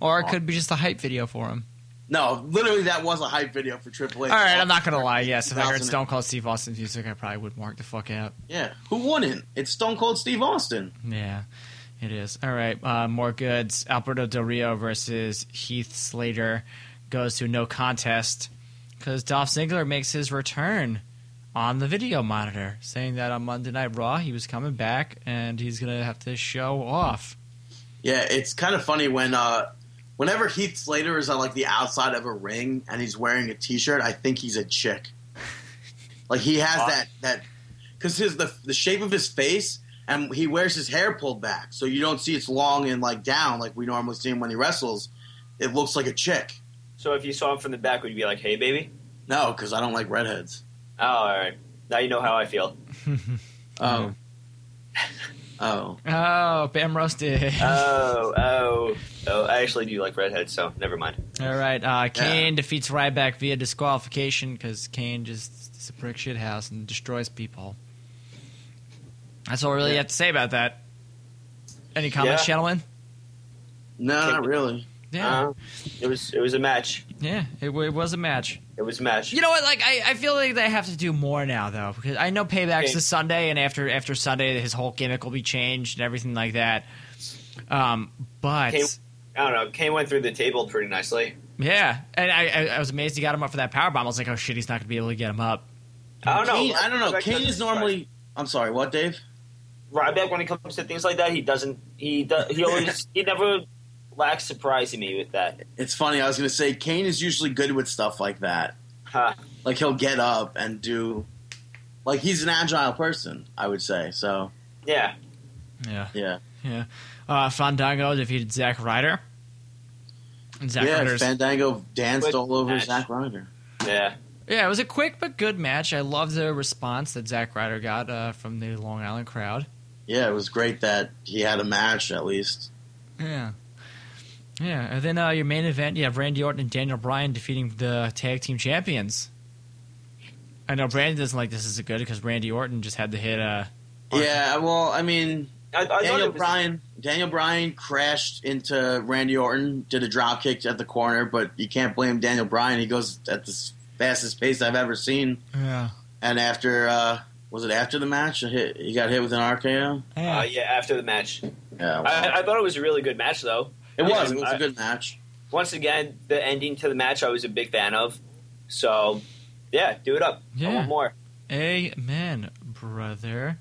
or it could be just a hype video for him. No, literally, that was a hype video for Triple H. All right, I'm not gonna lie. Yes, if I heard 2000. Stone Cold Steve Austin's music, I probably would mark the fuck out. Yeah, who wouldn't? It's Stone Cold Steve Austin. Yeah, it is. All right, uh, more goods. Alberto Del Rio versus Heath Slater goes to no contest because Dolph Ziggler makes his return on the video monitor, saying that on Monday Night Raw he was coming back and he's gonna have to show off. Yeah, it's kind of funny when uh, whenever Heath Slater is on like the outside of a ring and he's wearing a T-shirt, I think he's a chick. Like he has Why? that that because his the the shape of his face and he wears his hair pulled back, so you don't see it's long and like down like we normally see him when he wrestles. It looks like a chick. So if you saw him from the back, would you be like, "Hey, baby"? No, because I don't like redheads. Oh, all right. Now you know how I [LAUGHS] feel. Oh, oh, Oh, Bam roasted. Oh, oh, oh! I actually do like redheads, so never mind. All right, uh, Kane defeats Ryback via disqualification because Kane just is a prick shit house and destroys people. That's all I really Yeah. have to say about that. Any comments, Yeah. gentlemen? no, not really. Yeah, Uh, it was it was a match. yeah, it, wa- it was a match. It was a match. You know what? Like, I, I feel like they have to do more now, though, because I know Payback's Okay. this Sunday, and after after Sunday, his whole gimmick will be changed and everything like that. Um, but Kane, I don't know. Kane went through the table pretty nicely. Yeah, and I, I, I was amazed he got him up for that power bomb. I was like, oh shit, he's not gonna be able to get him up. I don't know. Kane, I don't know. Ryback Kane doesn't is normally. I'm sorry. What, Dave? Ryback when it comes to things like that. He doesn't. He does, he [LAUGHS] always he never lacks surprising me with that. It's funny. I was going to say Kane is usually good with stuff like that. Huh. Like he'll get up and do. Like he's an agile person, I would say. So Yeah. Yeah, yeah, yeah. Uh, Fandango defeated Zack Ryder. And Zack yeah. Ryder's Fandango danced Quick all over match. Zack Ryder. Yeah. Yeah, it was a quick but good match. I love the response that Zack Ryder got uh, from the Long Island crowd. Yeah, it was great that he had a match at least. Yeah. Yeah, and then uh, your main event, you have Randy Orton and Daniel Bryan defeating the tag team champions. I know Brandon doesn't like this as good because Randy Orton just had to hit uh, Arthur. Yeah, well, I mean, I, I thought Daniel it was, Bryan. Daniel Bryan crashed into Randy Orton, did a drop kick at the corner, but you can't blame Daniel Bryan. He goes at the s- fastest pace I've ever seen. yeah, And after, uh, was it after the match? He, hit, he got hit with an RKO. yeah. Uh, yeah. After the match, Yeah, well, I, I thought it was a really good match though. it was. It was I- a good match. Once again, the ending to the match I was a big fan of. So, yeah, do it up. I Yeah. want more. Amen, brother.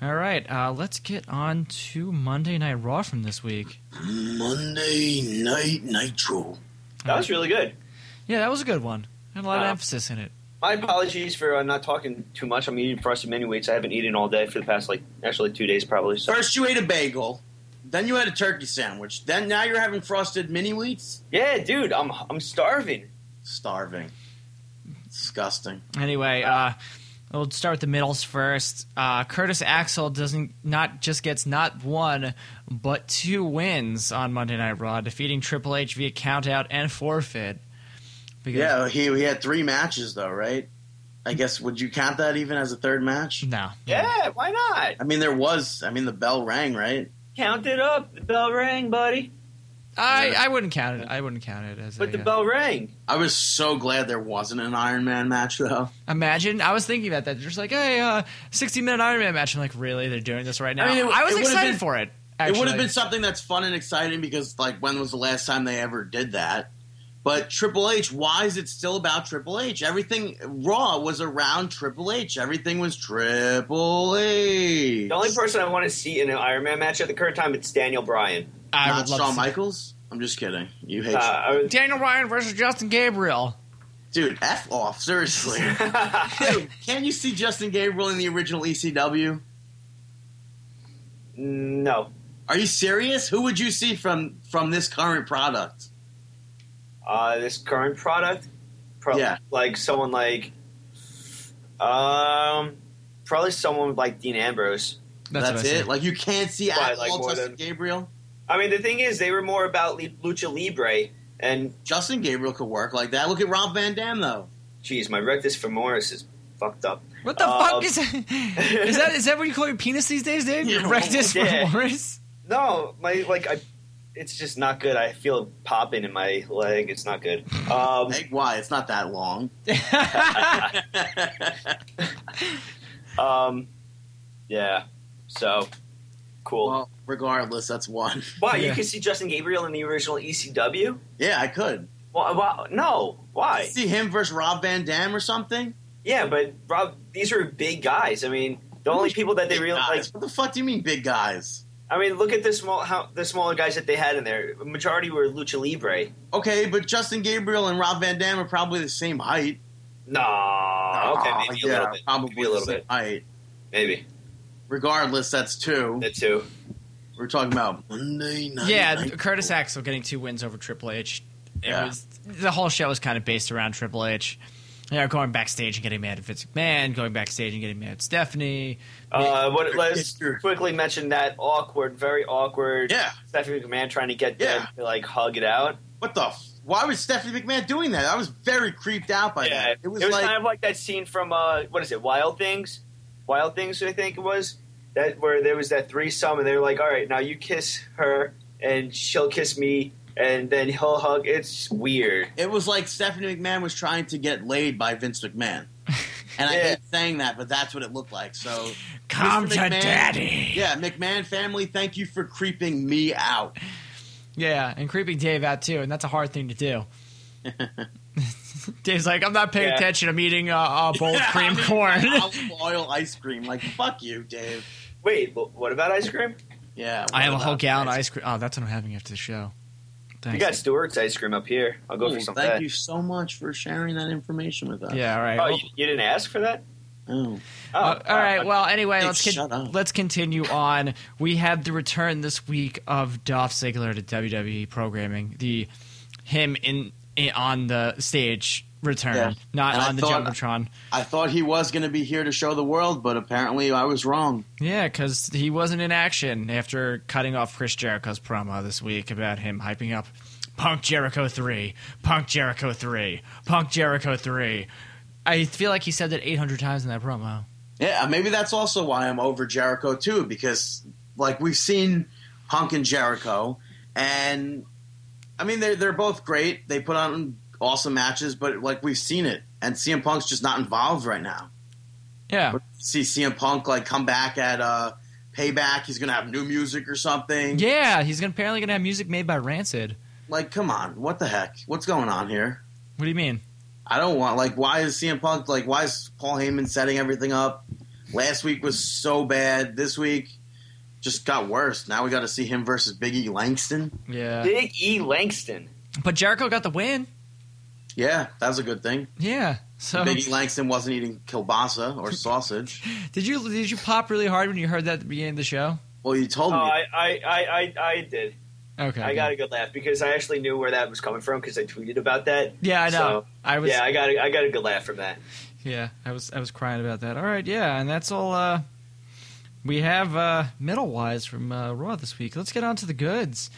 All right, uh, let's get on to Monday Night Raw from this week. Monday Night Nitro. That was really good. Yeah, that was a good one. Had a lot of Uh, emphasis in it. My apologies for uh, not talking too much. I'm eating frosted mini wheats. I haven't eaten all day for the past like actually two days probably. So First, you ate a bagel. Then you had a turkey sandwich. Then now you're having frosted mini wheats. yeah, dude, I'm I'm starving. Starving. Disgusting. Anyway, uh, we'll start with the middles first. Uh, Curtis Axel doesn't not just gets not one but two wins on Monday Night Raw, defeating Triple H via countout and forfeit. Because, Yeah, he, he had three matches though, right? I guess would you count that even as a third match? No. Yeah, why not? I mean, there was. I mean, the bell rang, right? Count it up. The bell rang, buddy. I, I wouldn't count it. I wouldn't count it as. But a, the uh, bell rang. I was so glad there wasn't an Iron Man match though. Imagine I was thinking about that. They're just like, hey, uh, sixty minute Iron Man match. I'm like, really? They're doing this right now? mean, it- I it was would've excited been- for it. It would have actually. been something that's fun and exciting because, like, when was the last time they ever did that? But Triple H, why is it still about Triple H? Everything Raw was around Triple H. Everything was Triple H. The only person I want to see in an Iron Man match at the current time it's Daniel Bryan. I not would love to Shawn see- Michaels. I'm just kidding. You hate Uh, I was- Daniel Bryan versus Justin Gabriel. dude. F [LAUGHS] off, seriously. Dude, can you see Justin Gabriel in the original E ECW? no, Are you serious? Who would you see from from this current product? uh, this current product, probably Yeah. like someone like, um, probably someone like Dean Ambrose. That's, what I it. said. Like you can't see Why, at like, all more than- Justin Gabriel. I mean, the thing is, they were more about li- lucha libre, and Justin Gabriel could work like that. Look at Rob Van Dam though. geez, my rectus femoris is fucked up. What the Um, fuck is that? Is that is that what you call your penis these days, Dave? Your Yeah. [LAUGHS] rectus Yeah. femoris? No, my like I, it's just not good. I feel popping in my leg. It's not good. Um, Hey, why? It's not that long. [LAUGHS] um, yeah. So cool. Well, regardless, that's one. [LAUGHS] Why Yeah. you can see Justin Gabriel in the original ECW? Yeah, I could Why, why, no, why? see him versus Rob Van Dam or something. Yeah, but Rob, these are big guys. I mean, the only people that they Big really like. guys. what the fuck do you mean, big guys? I mean, look at the small how the smaller guys that they had in there. Majority were lucha libre. Okay, but Justin Gabriel and Rob Van Dam are probably the same height. Nah, Oh, okay, Aw, maybe yeah, a little bit, Probably maybe a little the same bit, height. maybe Regardless, that's two. the two. We're talking about Monday night. yeah, Night Curtis Raw. Axel getting two wins over Triple H. It Yeah. was the whole show was kind of based around Triple H. You know, going backstage and getting mad at Vince McMahon, going backstage and getting mad at Stephanie. Uh, what, let's Mr. quickly mention that awkward, very awkward. Yeah. Stephanie McMahon trying to get them Yeah. to like hug it out. What the? F- Why was Stephanie McMahon doing that? I was very creeped out by that. It was, like, kind of like that scene from uh, what is it, Wild Things? Wild Things, I think it was that where there was that threesome, and they were like, "All right, now you kiss her, and she'll kiss me, and then he'll hug." It's weird. it was like Stephanie McMahon was trying to get laid by Vince [LAUGHS] McMahon. And I Yeah. hate saying that, but that's what it looked like. So, Come Mr. to McMahon. daddy. yeah, McMahon family, thank you for creeping me out. Yeah, and creeping Dave out too, and that's a hard thing to do. [LAUGHS] Dave's like, I'm not paying Yeah. attention. I'm eating a, a [LAUGHS] bowl of cream corn. olive oil ice cream. Like fuck you, Dave. Wait, wh- what about ice cream? Yeah, I have a what whole about gallon of that? ice cream. Oh, that's what I'm having after the show. We Thanks. got Stewart's ice cream up here. I'll go Cool. for some. of Thank that. you so much for sharing that information with us. yeah, all right. Oh, Well- you, you didn't ask for that? Oh. Oh, Uh, all right. Well, anyway, Hey, let's con- shut up. let's continue on. We have the return this week of Dolph Ziggler to WWE programming. The him in, in- on the stage return, Yeah. not And I on the thought- jumbotron. I thought he was going to be here to show the world, but apparently I was wrong. Yeah, because he wasn't in action after cutting off Chris Jericho's promo this week about him hyping up Punk Jericho three, Punk Jericho three, Punk Jericho three. I feel like he said that 800 times in that promo. Yeah, uh, maybe that's also why I'm over Jericho too, because like we've seen Punk and Jericho, and I mean they're they're both great. They put on awesome matches, but like we've seen it, and CM Punk's just not involved right now. Yeah. See CM Punk like come back at uh, Payback. He's going to have new music or something. Yeah, he's gonna, apparently going to have music made by Rancid. Like, come on, what the heck? What's going on here? What do you mean? I don't want like why is CM Punk like why is Paul Heyman setting everything up? Last week was so bad. This week just got worse. Now we got to see him versus Big E Langston. Yeah. Big E Langston. But Jericho got the win. Yeah, that was a good [LAUGHS] thing. Yeah. So Big E Langston wasn't eating kielbasa [LAUGHS] or sausage. did you did you pop really hard when you heard that at the beginning of the show? well, you told Oh, me. I, I, I, I, I did. Okay. I got a good laugh because I actually knew where that was coming from because I tweeted about that. Yeah, I know. So, I was yeah, yeah. I got, a, I got a good laugh from that. I was I was crying about that. All right, yeah, and that's all uh we have uh metal wise from uh, Raw this week. Let's get on to the goods.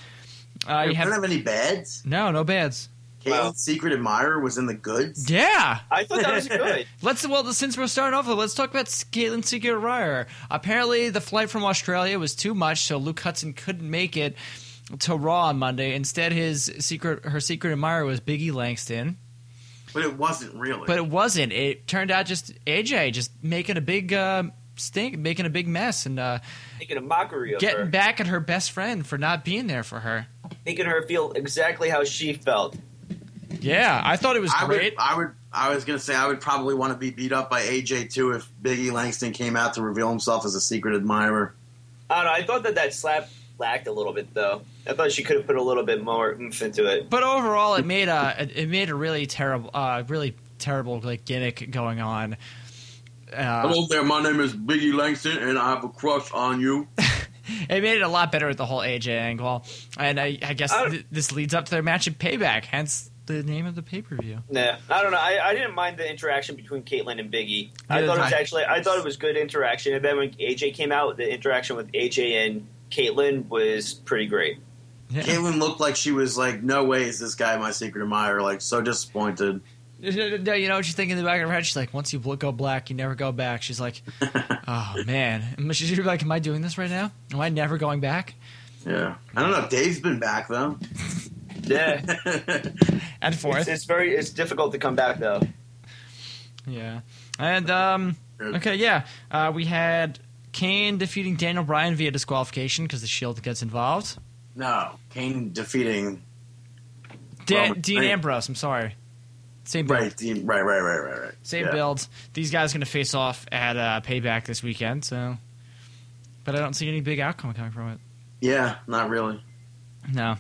Uh I you don't have have any beds. no, no bads. Wow. Kane's secret admirer was in the goods. Yeah. I thought that [LAUGHS] was good. Let's well since we're starting off, let's talk about Caitlin Secret Ryer. Apparently, the flight from Australia was too much, so Luke Hudson couldn't make it to Raw on Monday. Instead, his secret her secret admirer was Biggie Langston, But it wasn't really. but it wasn't. It turned out just AJ just making a big uh, stink, making a big mess, and uh, Making a mockery of her, getting back at her best friend for not being there for her. making her feel exactly how she felt. Yeah, I thought it was I would, great. I would, I was gonna say I would probably want to be beat up by AJ too if Big E Langston came out to reveal himself as a secret admirer. I don't know. I thought that that slap lacked a little bit, though. I thought she could have put a little bit more oomph into it. but overall, it made a it- it made a really terrible, uh, really terrible like gimmick going on. Uh, Hello there, my name is Biggie Langston, and I have a crush on you. It made it a lot better with the whole AJ angle, and I, I guess I- th- this leads up to their match at Payback, hence the name of the pay per view. Yeah, I don't know. I, I didn't mind the interaction between Caitlyn and Biggie. I Yeah, thought it was I- actually I thought it was good interaction. And then when AJ came out, the interaction with AJ and Caitlyn was pretty great. Yeah. Caitlyn looked like she was like, "No way is this guy my secret admirer." Like, so disappointed. [LAUGHS] No, you know what she's thinking in the back of her head? She's like, once you bl- go black, you never go back. [LAUGHS] She's like, oh man, And she's gonna be like, am I doing this right now? Am I never going back? Yeah, I don't know. if Dave's been back though. Yeah, [LAUGHS] And it's, forth, it's very it's difficult to come back though. yeah. And um, okay, yeah, uh, we had Kane defeating Daniel Bryan via disqualification because the Shield gets involved. no, Kane defeating Dan- Roman Dean Reigns. Ambrose, I'm sorry, same build. right, Dean, right, right, right, right, right. Same Yeah. build. These guys going to face off at uh, Payback this weekend, so. But I don't see any big outcome coming from it. Yeah, not really. No.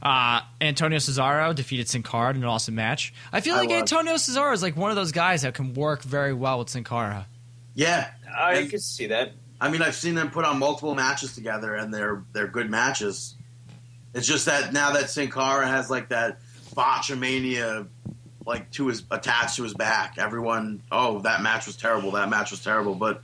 Uh, Antonio Cesaro defeated Sin Cara in an awesome match. I feel I like love- Antonio Cesaro is like one of those guys that can work very well with Sin Cara. Yeah, I And- could see that. I mean, I've seen them put on multiple matches together, and they're they're good matches. It's just that now that Sin Cara has like that botchamania, like to his attached to his back. Everyone, oh, that match was terrible. That match was terrible. But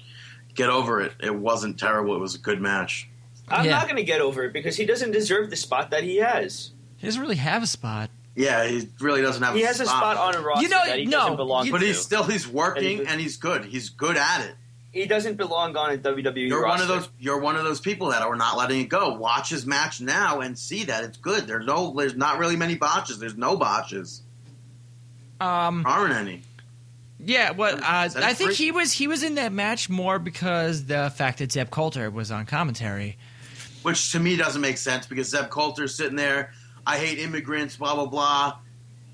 get over it. It wasn't terrible. It was a good match. I'm Yeah. not going to get over it because he doesn't deserve the spot that he has. He doesn't really have a spot. Yeah, he really doesn't have. He has a spot on a roster You know, that he no, doesn't belong. you- but to. he's still he's And working he- and he's good. He's good at it. he doesn't belong on a WWE. You're one of roster. those. You're one of those people that are not letting it go. Watch his match now and see that it's good. There's no. There's not really many botches. There's no botches. Um, Aren't any? yeah, what uh, Is that a I think freak? he was he was in that match more because the fact that Zeb Coulter was on commentary. which to me doesn't make sense because Zeb Coulter's sitting there. I hate immigrants, blah blah blah.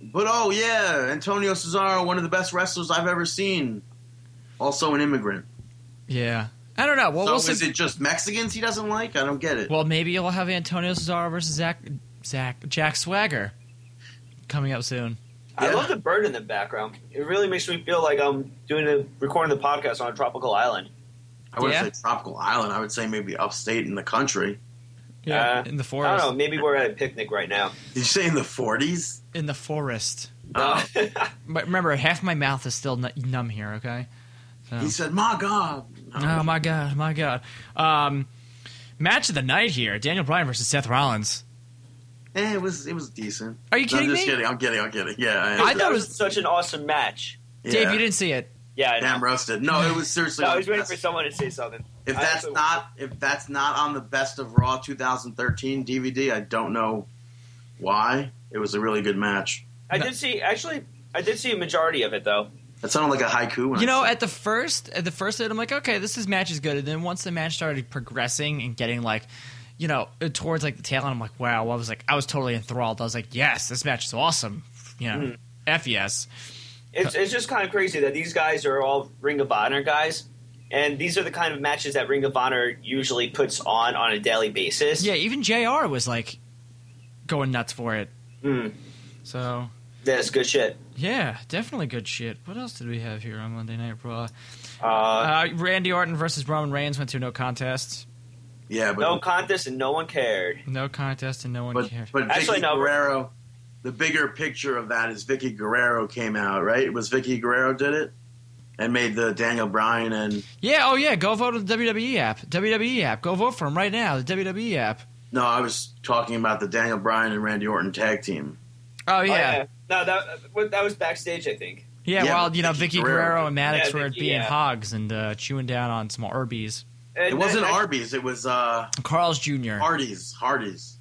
But oh yeah, Antonio Cesaro, one of the best wrestlers I've ever seen, also an immigrant. Yeah. I don't know. Well, so we'll is see- it just Mexicans he doesn't like? I don't get it. well, maybe you'll have Antonio Cesaro versus Zach, Zach, Jack Swagger coming up soon. I Yeah. love the bird in the background. It really makes me feel like I'm doing a recording the podcast on a tropical island. I would yeah. not say tropical island. I would say maybe upstate in the country. Yeah, Uh, in the I forest. don't know. Maybe we're at a picnic right now. Did you say in the forties? In the forest. [LAUGHS] Oh. But remember, half my mouth is still n- numb here. Okay. Uh, He said, "My God." Oh my god, my god. Um, match of the night here: Daniel Bryan versus Seth Rollins. Eh, it was it was decent. Are you No, kidding I'm just me? kidding. I'm kidding. I'm kidding. Yeah, I, am. I That thought it was was such an awesome match. yeah. Dave. You didn't see it. Yeah, I know. Damn roasted. No, it was seriously. No, one I of was the waiting for best. someone to say something. If I that's also- not if that's not on the Best of Raw 2013 DVD, I don't know why. It was a really good match. I did see actually. I did see a majority of it though. That sounded like a haiku. When You I know, said at the first, at the first, hit, I'm like, okay, this is match is good. And then once the match started progressing and getting like, you know, towards like the tail end, I'm like, wow. I was like, I was totally enthralled. I was like, yes, this match is awesome. You know, Hmm. f yes. It's it's just kind of crazy that these guys are all Ring of Honor guys, and these are the kind of matches that Ring of Honor usually puts on on a daily basis. Yeah, even Jr. was like going nuts for it. Mm. So that's good shit. yeah, definitely good shit. What else did we have here on Monday Night Raw? Uh, Uh, Randy Orton versus Roman Reigns went to no contest. yeah, but no contest, and no one cared. No contest, and no one but cared. but Vicky Actually, no. Guerrero. The bigger picture of that is Vicky Guerrero came out, right? It was Vicky Guerrero did it and made the Daniel Bryan and yeah, oh yeah, go vote on the WWE app. WWE app. Go vote for him right now. The WWE app. no, I was talking about the Daniel Bryan and Randy Orton tag team. Oh Oh, yeah, yeah. no, that what- that was backstage, I think. Yeah, well, you know, Vicky Vicky Guerrero, Guerrero. and Maddox Yeah, were Vicky, being yeah. hogs and uh, chewing down on some Arby's. And It wasn't that- Arby's, it was uh Carl's Jr. Hardy's. Hardy's.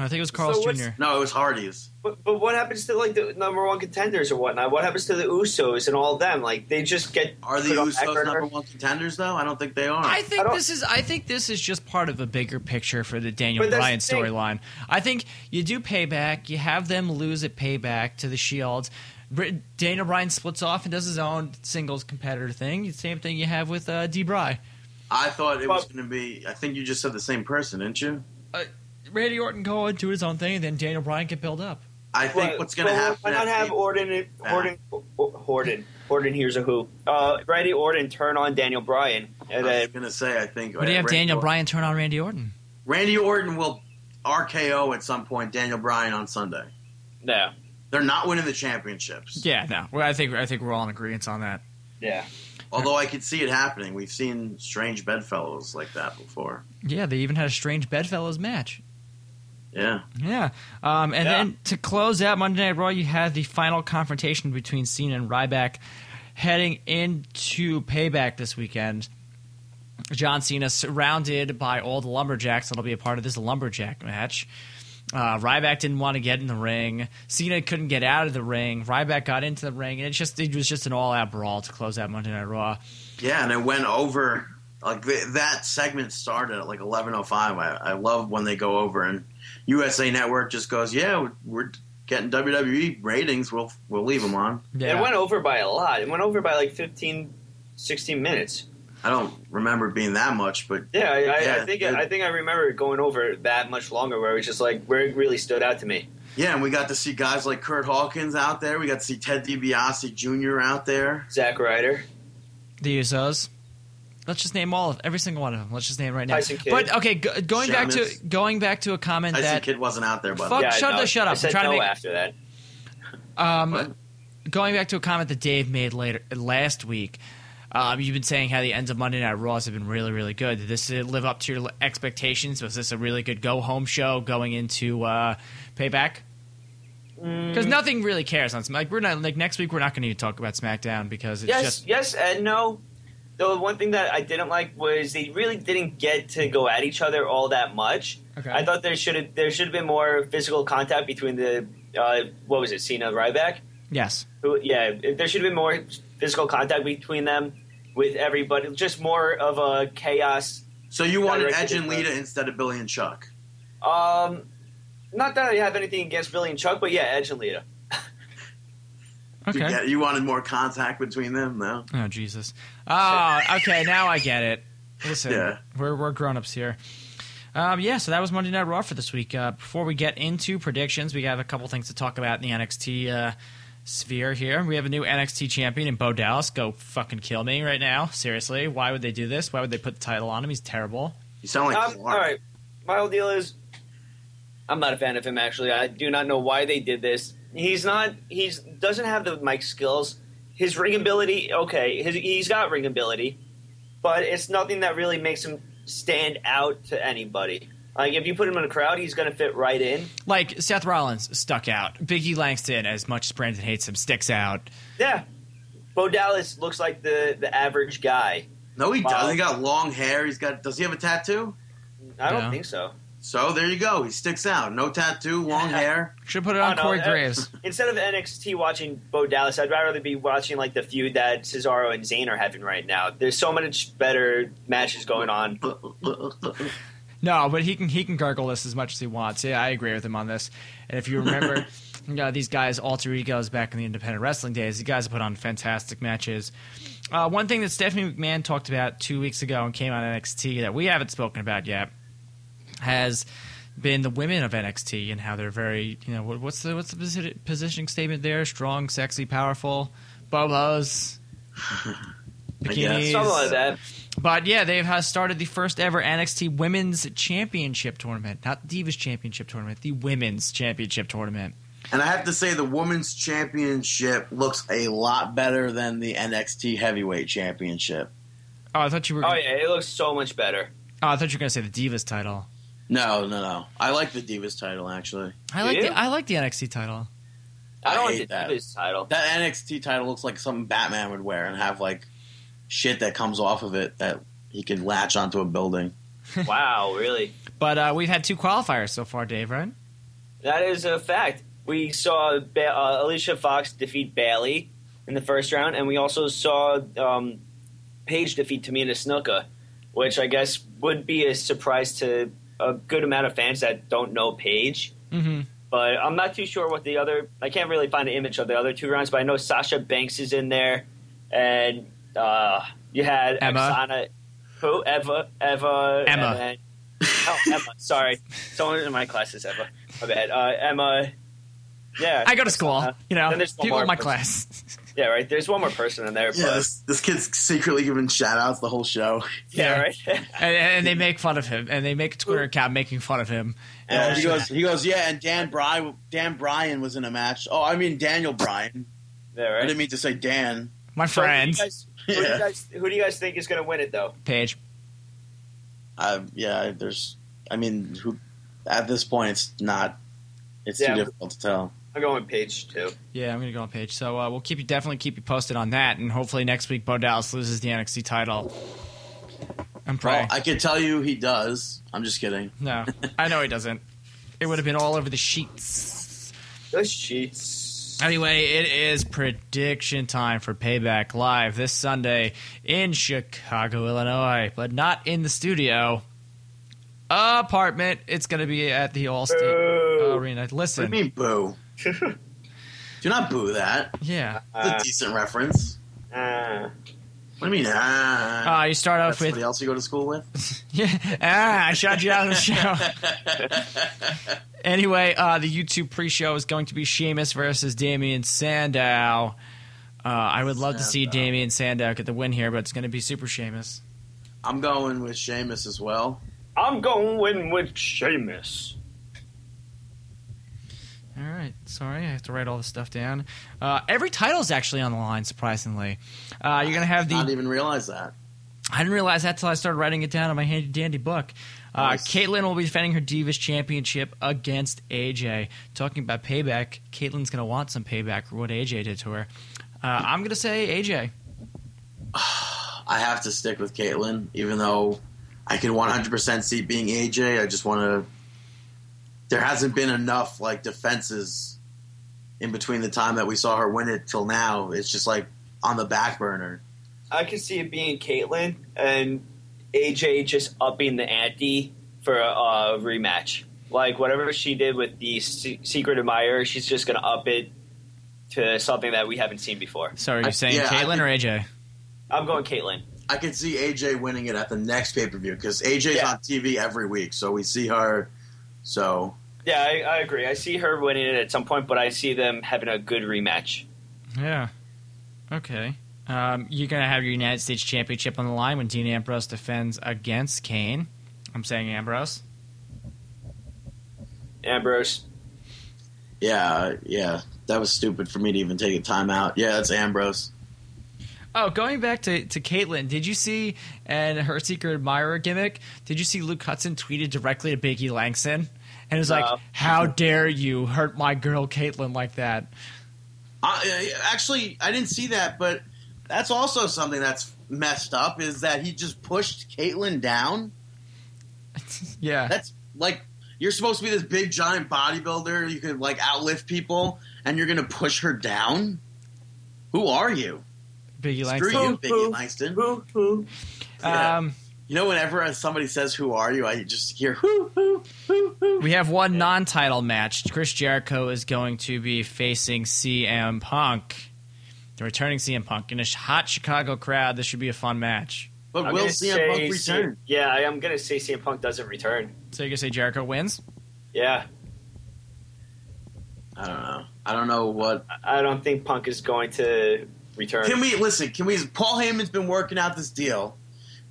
I think it was Carl's So what's- Jr. No, it was Hardy's. But, but what happens to like the number one contenders or whatnot? What happens to the Usos and all of them? Like they just get Are the put on Usos back burner? number one contenders though? I don't think they are. I I think don't- this is I think this is just part of a bigger picture for the Daniel But that's Bryan the thing. storyline. I think you do payback, you have them lose at payback to the Shield. Br- Daniel Bryan splits off and does his own singles competitor thing. Same thing you have with uh, D. Bry. I thought it was But- going to be. I think you just said the same person, didn't you? Randy Orton go and do his own thing, and then Daniel Bryan get built up. I think Well, what's going to well, happen. Why not at have the- Orton? Nah. Orton. Orton. Orton. Here's a who. Uh, Randy Orton turn on Daniel Bryan, I and was then going to say. I think. uh, What do you have Randy Daniel Orton- Bryan turn on Randy Orton? Randy Orton will RKO at some point. Daniel Bryan on Sunday. no, They're not winning the championships. Yeah, no. Well, I think I think we're all in agreement on that. yeah. Although I could see it happening. We've seen strange bedfellows like that before. Yeah, they even had a strange bedfellows match. Yeah. Yeah. Um, Yeah. and then to close out Monday Night Raw, you had the final confrontation between Cena and Ryback heading into Payback this weekend. John Cena surrounded by all the lumberjacks that'll be a part of this lumberjack match. Uh, Ryback didn't want to get in the ring. Cena couldn't get out of the ring. Ryback got into the ring, and it just it was just an all out brawl to close out Monday Night Raw. Yeah, and it went over. Like th- that segment started at like eleven oh five. I, I love when they go over and USA Network just goes, "Yeah, we're- we're getting WWE ratings. We'll we'll leave them on." It went over by a lot. It went over by like 15, 16 minutes. I don't remember it being that much, but Yeah, I, I, Yeah, I think it- I think I remember it going over that much longer, where it was just like where it really stood out to me. yeah, and we got to see guys like Kurt Hawkins out there. We got to see Ted DiBiase Jr. out there. Zack Ryder, the Usos. Let's just name all of every single one of them. Let's just name right now. Tyson Kidd. But okay, go, going back Sheamus. to going back to a comment I see that Kid wasn't out there, but Fuck, yeah, Oh, shut no, the- shut up. I I'm said trying to no make- after that. um, What? going back to a comment that Dave made later last week. Um, you've been saying how the ends of Monday Night Raws have been really, really good. Did this uh, live up to your expectations? Was this a really good go home show going into uh, Payback? Because nothing really cares on Smack. We're not like next week. We're not going to even talk about SmackDown because it's Yes, just yes, and no. The one thing that I didn't like was they really didn't get to go at each other all that much. Okay. I thought there should have there should have been more physical contact between the uh, what was it Cena Ryback? yes, Who, yeah, there should have been more physical contact between them with everybody. Just more of a chaos So you wanted Directed Edge and it, Lita uh, instead of Billy and Chuck. Um, not that I have anything against Billy and Chuck, but yeah, Edge and Lita. You, Okay. get- you wanted more contact between them, no? Oh Jesus. Oh, okay. Now I get it. Listen, Yeah. we're we're grown ups here. Um, yeah, so that was Monday Night Raw for this week. Uh, before we get into predictions, we have a couple things to talk about in the NXT uh, sphere here. We have a new NXT champion in Bo Dallas. Go fucking kill me right now. Seriously, why would they do this? Why would they put the title on him? He's terrible. You sound like Um, all Clark. right, my whole deal is I'm not a fan of him. Actually, I do not know why they did this. He's not. He's doesn't have the mic skills. His ring ability, okay, his, he's got ring ability, but it's nothing that really makes him stand out to anybody. Like if you put him in a crowd, he's going to fit right in. Like Seth Rollins stuck out. Biggie Langston, as much as Brandon hates him, sticks out. Yeah, Bo Dallas looks like the the average guy. No, he Wow. does. He got long hair. He's got. Does he have a tattoo? I don't Yeah. think so. So there you go. He sticks out. No tattoo, long hair. Should put it Oh, on no, Corey uh, Graves. Instead of NXT watching Bo Dallas, I'd rather be watching like the feud that Cesaro and Zayn are having right now. There's so much better matches going on. No, but he can he can gargle this as much as he wants. Yeah, I agree with him on this. And if you remember, you know, these guys alter egos back in the independent wrestling days. These guys put on fantastic matches. Uh, one thing that Stephanie McMahon talked about two weeks ago and came on NXT that we haven't spoken about yet has been the women of NXT and how they're very you know what, what's the what's the posi- positioning statement there? Strong, sexy, powerful, bobos, bikinis, guess. Something like that. uh, but yeah, they've has started the first ever NXT Women's Championship tournament, not the Divas Championship tournament, the Women's Championship tournament. And I have to say, the women's championship looks a lot better than the NXT heavyweight championship. Oh, I thought you were. Oh yeah, it looks so much better. Oh, I thought you were going to say the Divas title. No, no, no. I like the Divas title actually. I like Yeah. the I like the NXT title. I I don't hate want that. to his title. That NXT title looks like something Batman would wear and have like shit that comes off of it that he could latch onto a building. wow, really? But uh, we've had two qualifiers so far, Dave. Right? That is a fact. We saw ba- uh, Alicia Fox defeat Bailey in the first round, and we also saw um, Paige defeat Tamina Snuka, which I guess would be a surprise to a good amount of fans that don't know Paige. Mm-hmm. But I'm not too sure what the other. I can't really find an image of the other two rounds, but I know Sasha Banks is in there, and uh, you had Emma. Oksana, who Eva Eva Emma. and- oh, Emma. Sorry, someone in my class is Eva. My bad. Uh, Emma. Yeah, I go to school. Oksana. You know, uh, Then there's one people more in my person. class. [LAUGHS] Yeah, right. There's one more person in there. Yeah, but, this, this kid's secretly giving shout outs the whole show. yeah, right. and, and they make fun of him, and they make a Twitter account making fun of him. Yeah, Oh, he yeah. goes. He goes. Yeah, and Dan Bry, Dan Bryan was in a match. Oh, I mean Daniel Bryan. yeah, I right. didn't mean to say Dan. My So friend Who do, you guys, who, do Yeah. you guys, who do you guys think is going to win it though? Paige. Uh, yeah, there's. I mean, who, at this point, it's not. It's Yeah. too difficult to tell. I'm going Paige too. Yeah, I'm gonna go on page. So uh, we'll keep you definitely keep you posted on that, and hopefully next week Bo Dallas loses the NXT title. I'm Well, praying. Oh, I could tell you he does. I'm just kidding. no, I know he doesn't. It would have been all over the sheets. The sheets. Anyway, it is prediction time for Payback Live this Sunday in Chicago, Illinois, but not in the studio apartment. It's gonna be at the Allstate Boo. Arena. What Listen, do you mean boo? Do not boo that. yeah. It's [LAUGHS] Uh, a decent reference. uh. What do you mean? Ah, Uh, you start that's off with somebody else you go to school with. Yeah. [LAUGHS] Ah, I shot you out [LAUGHS] of the show. [LAUGHS] anyway, uh, the YouTube pre-show is going to be Sheamus versus Damian Sandow. Uh, I would love to see Sandow. Damian Sandow get the win here, but it's going to be Super Sheamus. [LAUGHS] I'm going with Seamus as well. I'm going with Sheamus. All right, sorry, I have to write all this stuff down. Uh, every title's actually on the line, surprisingly. Uh, you're going to have Not the. even realize that. I didn't realize that till I started writing it down in my handy dandy book. Uh, Nice. Caitlyn will be defending her Divas Championship against AJ. Talking about payback, Caitlyn's going to want some payback for what AJ did to her. Uh, I'm going to say AJ. I have to stick with Caitlyn, even though I can 100% see it being AJ. I just want to. There hasn't been enough like defenses in between the time that we saw her win it till now. It's just like on the back burner. I could see it being Caitlyn, and AJ just upping the ante for a, a rematch. Like whatever she did with the Se- Secret Admirer, she's just going to up it to something that we haven't seen before. So are you I- saying yeah, I Caitlyn think- or AJ? I'm going Caitlyn. I could see AJ winning it at the next pay per view because AJ's Yeah. on TV every week, so we see her. So Yeah, I, I agree. I see her winning it at some point, but I see them having a good rematch. Yeah. Okay. Um, you're gonna have your United States Championship on the line when Dean Ambrose defends against Kane. I'm saying Ambrose. Ambrose. yeah, yeah, that was stupid for me to even take a timeout. Yeah, that's Ambrose. Oh, going back to, to Caitlyn, did you see and her secret admirer gimmick? Did you see Luke Hudson tweeted directly to Biggie Langston? And it was No. like, How dare you hurt my girl Caitlyn like that? [LAUGHS] I, I- actually, I didn't see that, but that's also something that's messed up is that he just pushed Caitlyn down. Yeah. That's like you're supposed to be this big giant bodybuilder. You could like outlift people, and you're gonna push her down. Who are you? Biggie Screw Langston. you, Biggie Who? Langston. Who? Who? Yeah. Um, You know, whenever somebody says "Who are you," I just hear "Who, who, who, who." we have one non title match. Chris Jericho is going to be facing CM Punk. The returning CM Punk in a sh- hot Chicago crowd. This should be a fun match. But I'm will gonna CM Punk say C- return? yeah, I- I'm going to say CM Punk doesn't return. So you can say Jericho wins? Yeah, I don't know. I don't know what. I- I don't think Punk is going to return. Can we listen? Can we? Paul Heyman's been working out this deal.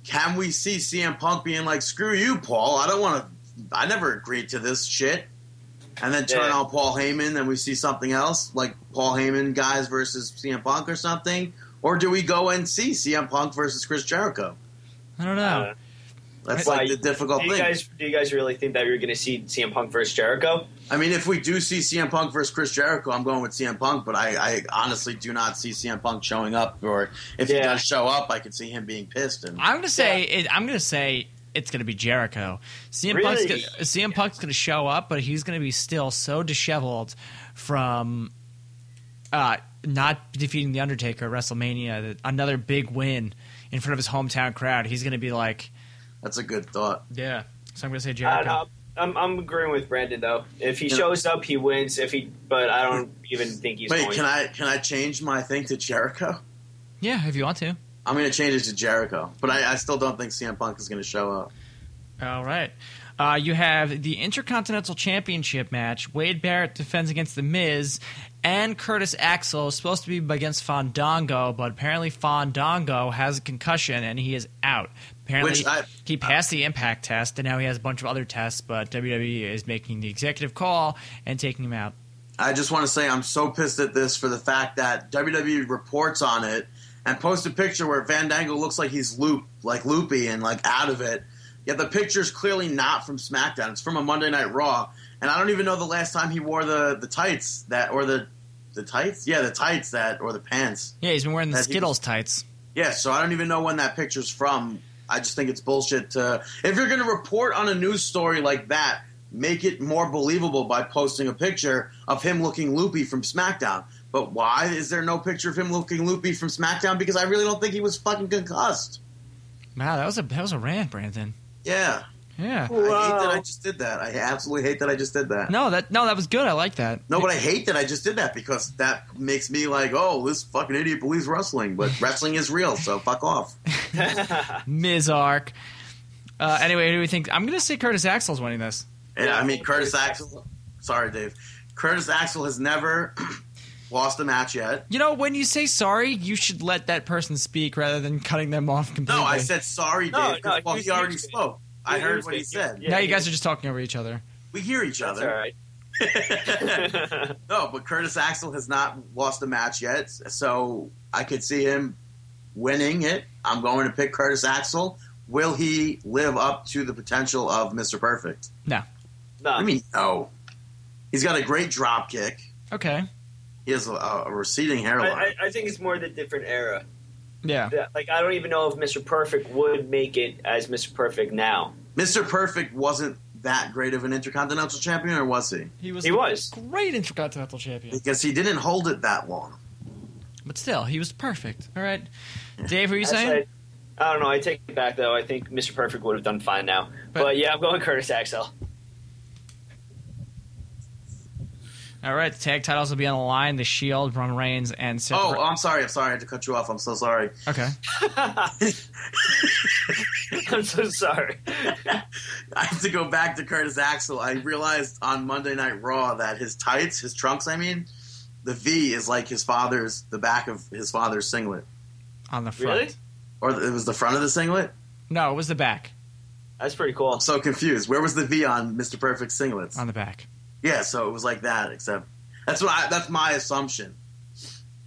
Can we see CM Punk being like, "Screw you, Paul. I don't want to. I never agreed to this shit." And then turn Yeah. on Paul Heyman, and we see something else, like Paul Heyman guys versus CM Punk or something. Or do we go and see CM Punk versus Chris Jericho? I don't know. Uh, That's Why- like the difficult do you thing. guys do you guys really think that you're going to see CM Punk versus Jericho? I mean, if we do see CM Punk versus Chris Jericho, I'm going with CM Punk, but I, I honestly do not see CM Punk showing up. Or if he Yeah. does show up, I could see him being pissed. And I'm gonna say it, I'm gonna say it's gonna be Jericho. CM Punk's Really? gonna, CM Punk's gonna show up, but he's gonna be still so disheveled from uh, not defeating the Undertaker at WrestleMania, that- another big win in front of his hometown crowd. He's gonna be like, that's a good thought. yeah. So I'm gonna say I Jericho. don't know. um, I'm, I'm agreeing with Brandon though. If he Yeah. shows up, he wins. If he, but I [LAUGHS] don't even think he's Wait, going. can I can I change my thing to Jericho? Yeah, if you want to. I'm going to change it to Jericho, but I, I still don't think CM Punk is going to show up. All right. Uh, you have the Intercontinental Championship match. Wade Barrett defends against The Miz, and Curtis Axel is supposed to be against Fandango, but apparently Fandango has a concussion and he is out. Apparently, Which I- he passed the impact test, and now he has a bunch of other tests, but WWE is making the executive call and taking him out. I just want to say I'm so pissed at this for the fact that WWE reports on it and post a picture where Van Dangle looks like he's loop, like loopy and like out of it. Yet the picture's clearly not from SmackDown. It's from a Monday Night Raw, and I don't even know the last time he wore the the tights that or the the tights, yeah, the tights that or the pants. Yeah, he's been wearing the That he- Skittles tights. Yeah, so I don't even know when that picture's from. I just think it's bullshit. To, if you're going to report on a news story like that, make it more believable by posting a picture of him looking loopy from SmackDown. But why is there no picture of him looking loopy from SmackDown? Because I really don't think he was fucking concussed. Wow, that was a that was a rant, Brandon. Yeah, I Yeah. hate that I Wow. just did that. I absolutely hate that I just did that. No, that no, that was good. I like that. No, but I hate that I just did that because that makes me like, oh, this fucking idiot believes wrestling, but wrestling is real, so fuck off. [LAUGHS] Miz arc. Uh, anyway, who do we think? I'm gonna say Curtis Axel's winning this. And Yeah, I I mean, think Curtis Curtis Axel. Sorry, Dave. Curtis Axel has never [CLEARS THROAT] lost a match yet. You know, when you say sorry, you should let that person speak rather than cutting them off completely. No, I said sorry, No, Dave. no, 'cause, well, you- he you already said it. spoke. I You- you heard what he said said. it. Yeah. now you guys are just talking over each other. We hear each That's other. all [LAUGHS] right. [LAUGHS] no, but Curtis Axel has not lost a match yet, so I could see him winning it. I'm going to pick Curtis Axel. Will he live up to the potential of Mr. Perfect? No. I mean, no. He's got a great drop kick. Okay. He has a, a receding I, hairline. I, I think it's more the different era. Yeah. Yeah, Like I don't even know if Mr. Perfect would make it as Mr. Perfect now. Mr. Perfect wasn't that great of an intercontinental champion, or was he? He was He was. great intercontinental champion. Because he didn't hold it that long. But still, he was perfect. All right. Dave, what are you That's saying? like- I don't know. I take it back though. I think Mr. Perfect would have done fine now. But, But- yeah, I'm going Curtis Axel. All right, the tag titles will be on the line. The Shield, Roman Reigns, and Seth. Oh, Ro- I'm sorry. I'm sorry. I had to cut you off. I'm so sorry. okay. [LAUGHS] I'm so sorry. I have to go back to Curtis Axel. I realized on Monday Night Raw that his tights, his trunks, I mean, the V is like his father's, the back of his father's singlet. On the front. Really? Or it was the front of the singlet? No, it was the back. That's pretty cool. I'm so confused. Where was the V on Mr. Perfect's singlets? On the back. yeah, so it was like that, except that's what I, that's my assumption.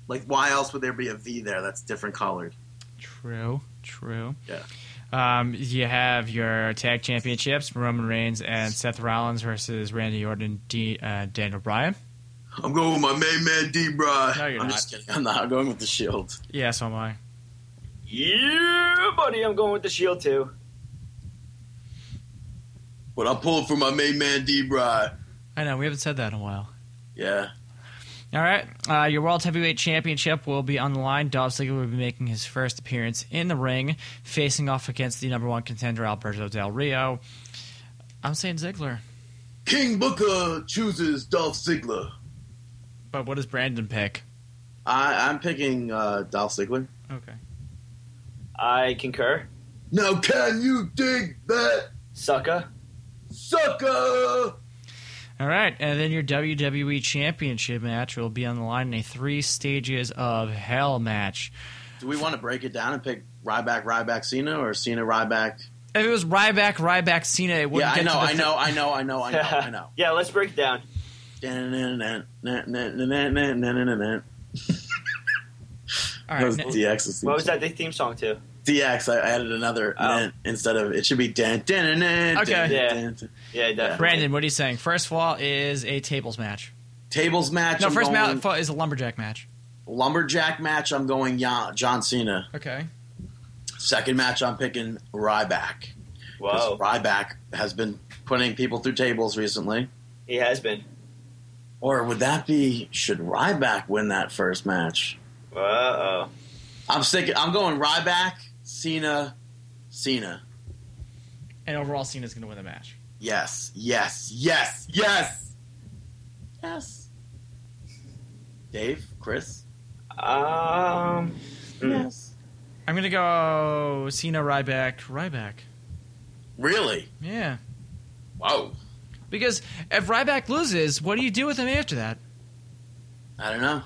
Like, why else would there be a V there that's different colored? True. True. Yeah. Um, you have your tag championships: Roman Reigns and Seth Rollins versus Randy Orton, and D, uh, Daniel Bryan. I'm going with my main man, D. Bry. No, you're I'm not. just kidding. I'm not. I'm going with the Shield. Yeah, so am I. Yeah, buddy. I'm going with the Shield too. But I'm pulling for my main man, D. Bry. I know we haven't said that in a while. Yeah. All right, uh, your World Heavyweight Championship will be on the line. Dolph Ziggler will be making his first appearance in the ring, facing off against the number one contender Alberto Del Rio. I'm saying Ziggler, King Booker chooses Dolph Ziggler. but what does Brandon pick? I, I'm picking uh, Dolph Ziggler. Okay. I concur. Now, can you dig that Sucker. sucker? All right, and then your WWE Championship match will be on the line in a three stages of hell match. Do we want to break it down and pick Ryback, Ryback, Cena, or Cena, Ryback? If it was Ryback, Ryback, Cena, it Yeah, wouldn't I get know, to the I know, I know, I know, I know, [LAUGHS] I know. [LAUGHS] yeah, let's break it down. That All was [LAUGHS] right, n- DX's What was that the theme song to? DX, I added another Oh. "nan" instead of it should be dan dan dan. Okay. dan, Yeah. dan, dan. Yeah, definitely. Brandon, what are you saying? First of all, is a tables match. Tables match. No, I'm first going, match is a lumberjack match. lumberjack match. I'm going Ya- John Cena. Okay. Second match, I'm picking Ryback. Because Whoa, Ryback has been putting people through tables recently. he has been. Or would that be should Ryback win that first match? Uh oh. I'm sticking. I'm going Ryback, Cena, Cena. And overall, Cena's going to win the match. Yes, yes, yes, yes, yes. Dave, Chris, Um. mm. yes. I'm gonna go Cena Ryback Ryback. Really? Yeah, Whoa. because if Ryback loses, what do you do with him after that? I don't know.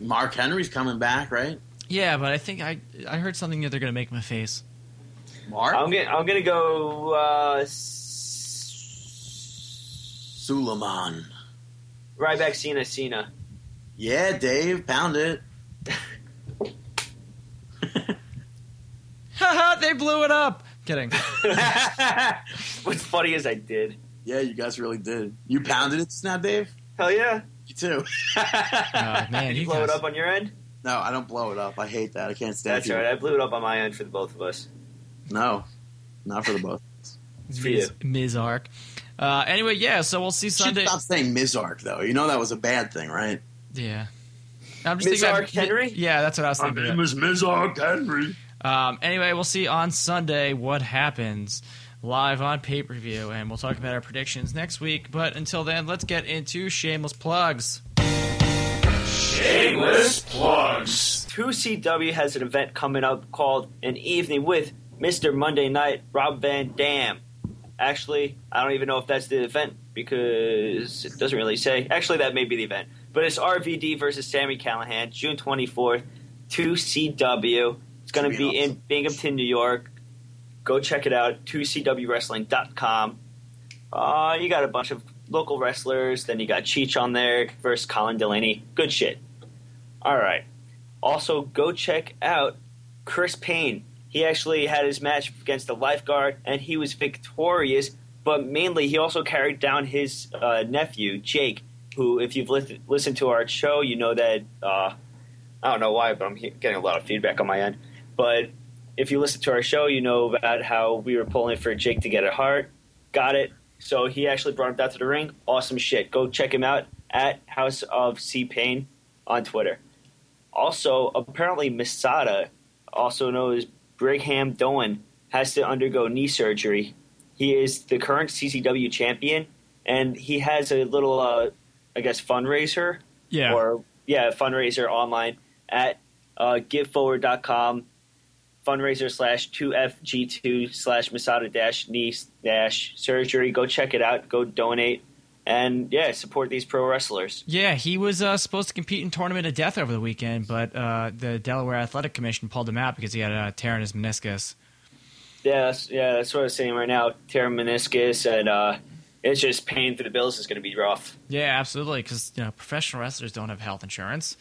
Mark Henry's coming back, right? Yeah, but I think I I heard something that they're gonna make him a face. [LAUGHS] Mark I'm gonna I'm gonna go. Uh, s- Suleiman. Ryback Cena Cena. [LAUGHS] Yeah, Dave, pound it. Haha, they blew it up. Kidding. What's funny is I did. Yeah, you guys really did. You pounded it, Snap Dave? Hell yeah! You too. [LAUGHS] Oh, man, Did [LAUGHS] you you blow it guys. up on your end? no, I don't blow it up. I hate that. I can't stand That's you. right. I blew it up on my end for the both of us. No, not for the both. It's for you. Miz, Miz Ark. Uh, anyway, yeah. So we'll see Should Sunday. stop saying Mizark, though. You know that was a bad thing, right? Yeah. I'm Miz thinking- Ark Henry? Yeah, that's what I was thinking. of. is Mizark Henry. Um, anyway, we'll see on Sunday what happens live on pay per view, and we'll talk about our predictions next week. But until then, let's get into shameless plugs. Two CW has an event coming up called an evening with Mister Monday Night Rob Van Dam. Actually, I don't even know if that's the event because it doesn't really say. Actually, that may be the event, but it's RVD versus Sammy Callahan, June twenty fourth, two CW. It's going to Should be be in awesome. Binghamton, New York. Go check it out, 2CWWrestling.com. Uh, you got a bunch of local wrestlers. Then you got Cheech on there versus Colin Delaney. Good shit. All right. Also, go check out Chris Payne. He actually had his match against the lifeguard, and he was victorious. But mainly, he also carried down his uh, nephew Jake, who, if you've lis- listened to our show, you know that uh, I don't know why, but I'm he- getting a lot of feedback on my end. But if you listen to our show, you know about how we were pulling for Jake to get a heart. Got it. So he actually brought him down to the ring. Awesome shit. Go check him out at House of C Pain on Twitter. Also, apparently Misada, also known as Brigham Doan has to undergo knee surgery. He is the current CCW champion, and he has a little, uh, I guess, fundraiser Yeah. or yeah, fundraiser online at uh, giveforward.com fundraiser slash 2FG2 slash Masada dash knee dash surgery. Go check it out. Go donate. And yeah, support these pro wrestlers. Yeah, he was uh, supposed to compete in Tournament of Death over the weekend, but uh, the Delaware Athletic Commission pulled him out because he had a tear in his meniscus. Yeah, that's, yeah, that's what I was saying right now. Tear meniscus and uh, it's just paying through the bills is going to be rough. Yeah, absolutely, because you know professional wrestlers don't have health insurance.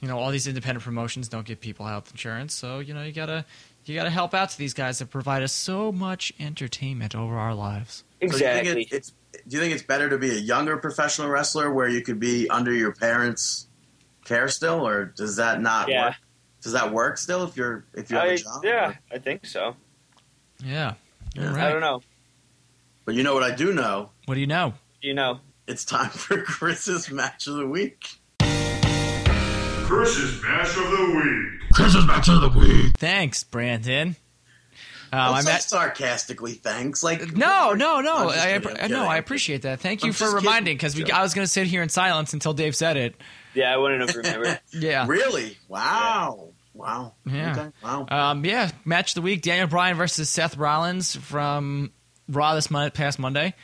You know, all these independent promotions don't give people health insurance, so you know you gotta you gotta help out to these guys that provide us so much entertainment over our So lives. do you think Exactly. it- it's, do you think it's better to be a younger professional wrestler where you could be under your parents' care still, or does that not Yeah. work? Does that work still if you're if you have a I, job? yeah, I think so. Yeah, you're Yeah. I right. don't know. But you know what I do know? What do you know? You know, It's time for [LAUGHS] Chris's match of the week. Chris's Bash of the Week. Thanks, Brandon. Um, Don't I'm say at- sarcastically, thanks. Like No, Oh, no, I'm no. just I, kidding, I'm I- no, I kidding. appreciate that. Thank I'm you for just kidding. reminding because Joke. I was going to sit here in silence until Dave said it. yeah, I wouldn't have remembered. Yeah. Really? Wow. Wow. Yeah. Okay. Wow. Um, yeah. Match of the week Daniel Bryan versus Seth Rollins from Raw this mon- past Monday.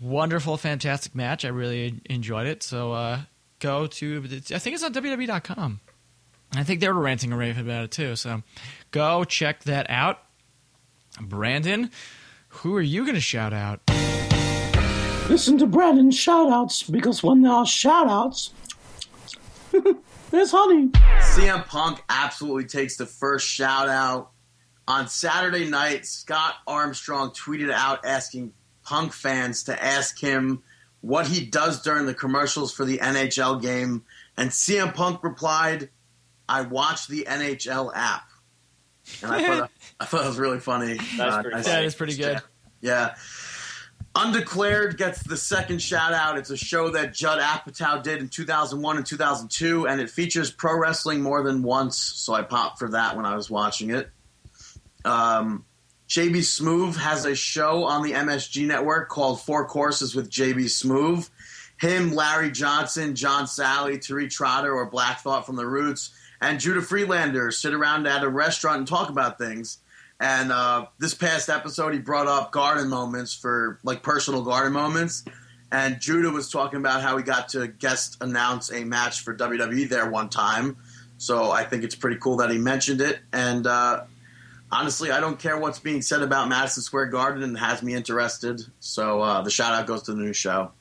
Wonderful, fantastic match. I really enjoyed it. So uh, go to, I think it's on WWE.com. I think they were ranting and raving about it too. So go check that out. Brandon, who are you going to shout out? Listen to Brandon's shout outs because when there are shout outs, [LAUGHS] there's honey. CM Punk absolutely takes the first shout out. On Saturday night, Scott Armstrong tweeted out asking Punk fans to ask him what he does during the commercials for the NHL game. And CM Punk replied, I watch the NHL app. And I thought, [LAUGHS] I thought it was really funny. That's pretty nice. funny. That is pretty good. Yeah. Undeclared gets the second shout out. It's a show that Judd Apatow did in 2001 and 2002, and it features pro wrestling more than once, so I popped for that when I was watching it. Um, JB Smoove has a show on the MSG network called Four Courses with JB Smoove. Him, Larry Johnson, John Sally, Tariq Trotter, or Black Thought from the Roots, and Judah Freelander sit around at a restaurant and talk about things. And uh, this past episode, he brought up garden moments for like personal garden moments. And Judah was talking about how he got to guest announce a match for WWE there one time. So I think it's pretty cool that he mentioned it. And uh, honestly, I don't care what's being said about Madison Square Garden and it has me interested. So uh, the shout out goes to the new show.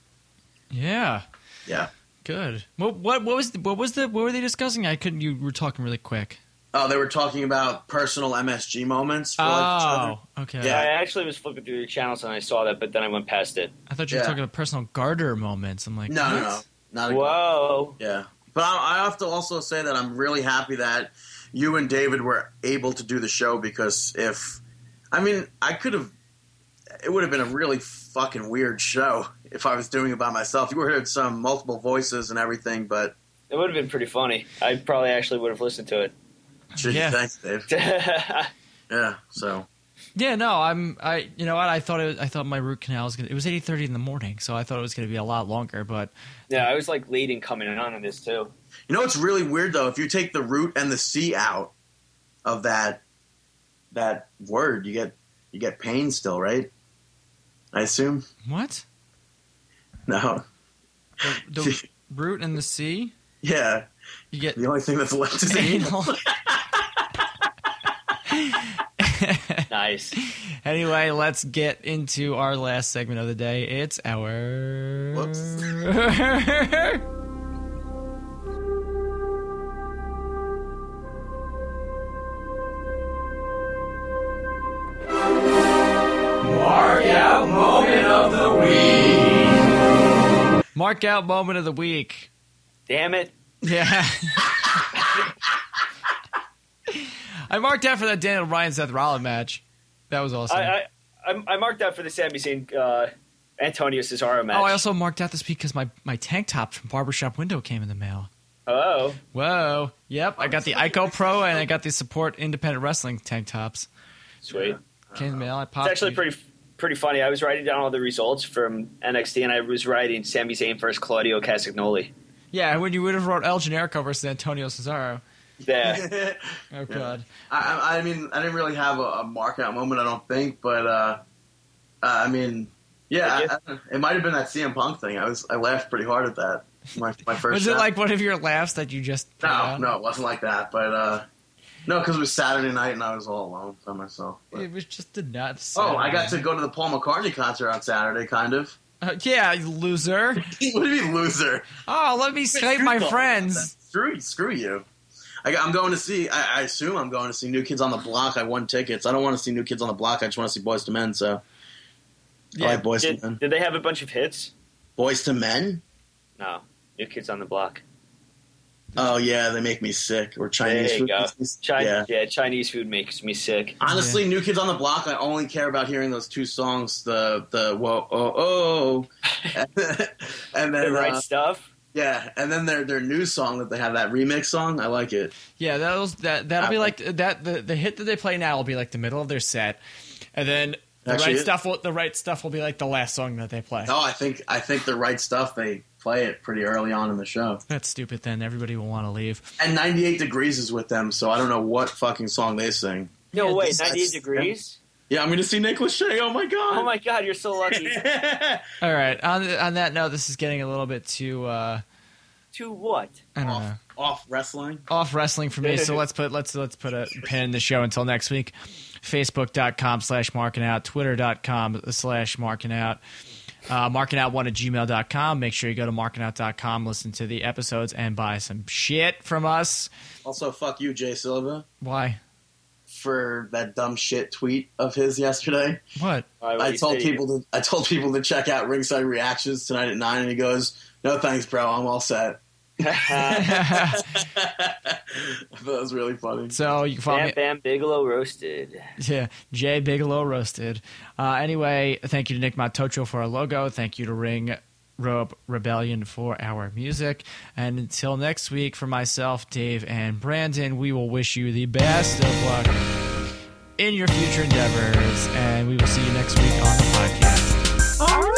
Yeah. Yeah. Good. What what what was the, what was the what were they discussing? I couldn't. You were talking really quick. Oh, they were talking about personal MSG moments for each other. Oh, okay. I [LAUGHS] Yeah. actually was flipping through your channels and I saw that, but then I went past it. I thought you were Yeah. talking about personal garter moments. I'm like, No, no, what? no. Not a Whoa. Yeah. But I, I have to also say that I'm really happy that you and David were able to do the show because if, I mean, I could have, it would have been a really fucking weird show if I was doing it by myself. You would have heard some multiple voices and everything, but It would have been pretty funny. I probably actually would have listened to it. [LAUGHS] gee, Yeah. thanks, Dave. Yeah. So, Yeah, no. I'm. I. You know what? I thought it. Was, I thought my root canal was gonna. It was 8:30 in the morning, so I thought it was gonna be a lot longer. But yeah, I was like late in coming on on this too. you know, it's really weird though. If you take the root and the C out of that, that word, you get, you get pain still, right? I assume. what? No. [LAUGHS] The root and the sea. Yeah. You get The only thing that's left is anal. anal. Nice. anyway, let's get into our last segment of the day. It's our. Whoops. Mark out moment of the week. Mark out moment of the week. Damn it. Yeah. [LAUGHS] I marked out for that Daniel Bryan Seth Rollins match. That was awesome. I, I, I, I marked out for the Sami Zayn uh, Antonio Cesaro match. oh, I also marked out this week because my, my tank top from Barbershop Window came in the mail. Hello. Whoa. Yep. I [LAUGHS] got the Ico Pro and I got the Support Independent Wrestling tank tops. Sweet. Came in the mail. I popped. It's actually these. pretty pretty funny. I was writing down all the results from NXT, and I was writing Sami Zayn versus Claudio Castagnoli. Yeah, when you would have wrote El Generico versus Antonio Cesaro. [LAUGHS] Yeah. I, Oh God. I I mean, I didn't really have a, a mark out moment, I don't think, but uh, uh, I mean, yeah, Did you? I- I- it might have been that CM Punk thing. I was I laughed pretty hard at that. My [LAUGHS] my first. Was it shot. like one of your laughs that you just? put No, out? no, it wasn't like that, but uh, no, because it was Saturday night and I was all alone by myself. but- It was just the nuts. Oh, I got to go to the Paul McCartney concert on Saturday, kind of. [LAUGHS] Uh, yeah, you loser. what do you mean, loser? Oh, let me save my friends. Screw, screw you. I, am going to see. I, I assume I'm going to see New Kids on the Block. I won tickets. I don't want to see New Kids on the Block. I just want to see Boys to Men. So, Yeah. I like Boys to Did, Men. did they have a bunch of hits? Boys to Men. No. New Kids on the Block. Oh yeah, they make me sick. Or Chinese. There you food. go. Chi- Yeah. yeah. Chinese food makes me sick. Honestly, New Kids on the Block. I only care about hearing those two songs. The the whoa [LAUGHS] oh oh, and The then right uh, stuff. yeah, and then their their new song that they have that remix song. I like it. Yeah, that was that. That'll be like that. The, the hit that they play now will be like the middle of their set, and then the Actually, right it- stuff. Will, the right stuff will be like the last song that they play. No, Oh, I think I think the right stuff. They play it pretty early on in the show. That's stupid. Then everybody will want to leave. And 98 Degrees is with them, so I don't know what fucking song they sing. No, Yeah, wait, this- 98 degrees? Yeah, I'm gonna see Nick Lachey. Oh my god. Oh my god, you're so [LAUGHS] lucky. All right. On on that note, this is getting a little bit too. Uh, to what? I don't know. off, off wrestling. off wrestling for me. So let's put let's let's put a pin in the show until next week. Facebook.com slash marking out, twitter.com slash marking out, uh, marking out one at gmail.com. Make sure you go to markingout.com, listen to the episodes, and buy some shit from us. Also, fuck you, Jay Silva, Why? for that dumb shit tweet of his yesterday. What? All right, Oh, what I do you told say? people to I told people to check out Ringside Reactions tonight at nine, and he goes, "No thanks, bro. I'm all set." [LAUGHS] Uh, I thought that was really funny. [LAUGHS] so you can follow Bam me. Bam Bigelow roasted. Yeah, Jay Bigelow roasted. Uh, anyway, thank you to Nick Matocho for our logo. Thank you to Ring Rope Rebellion for our music. And until next week, for myself, Dave, and Brandon, we will wish you the best of luck in your future endeavors. And we will see you next week on the podcast. All right.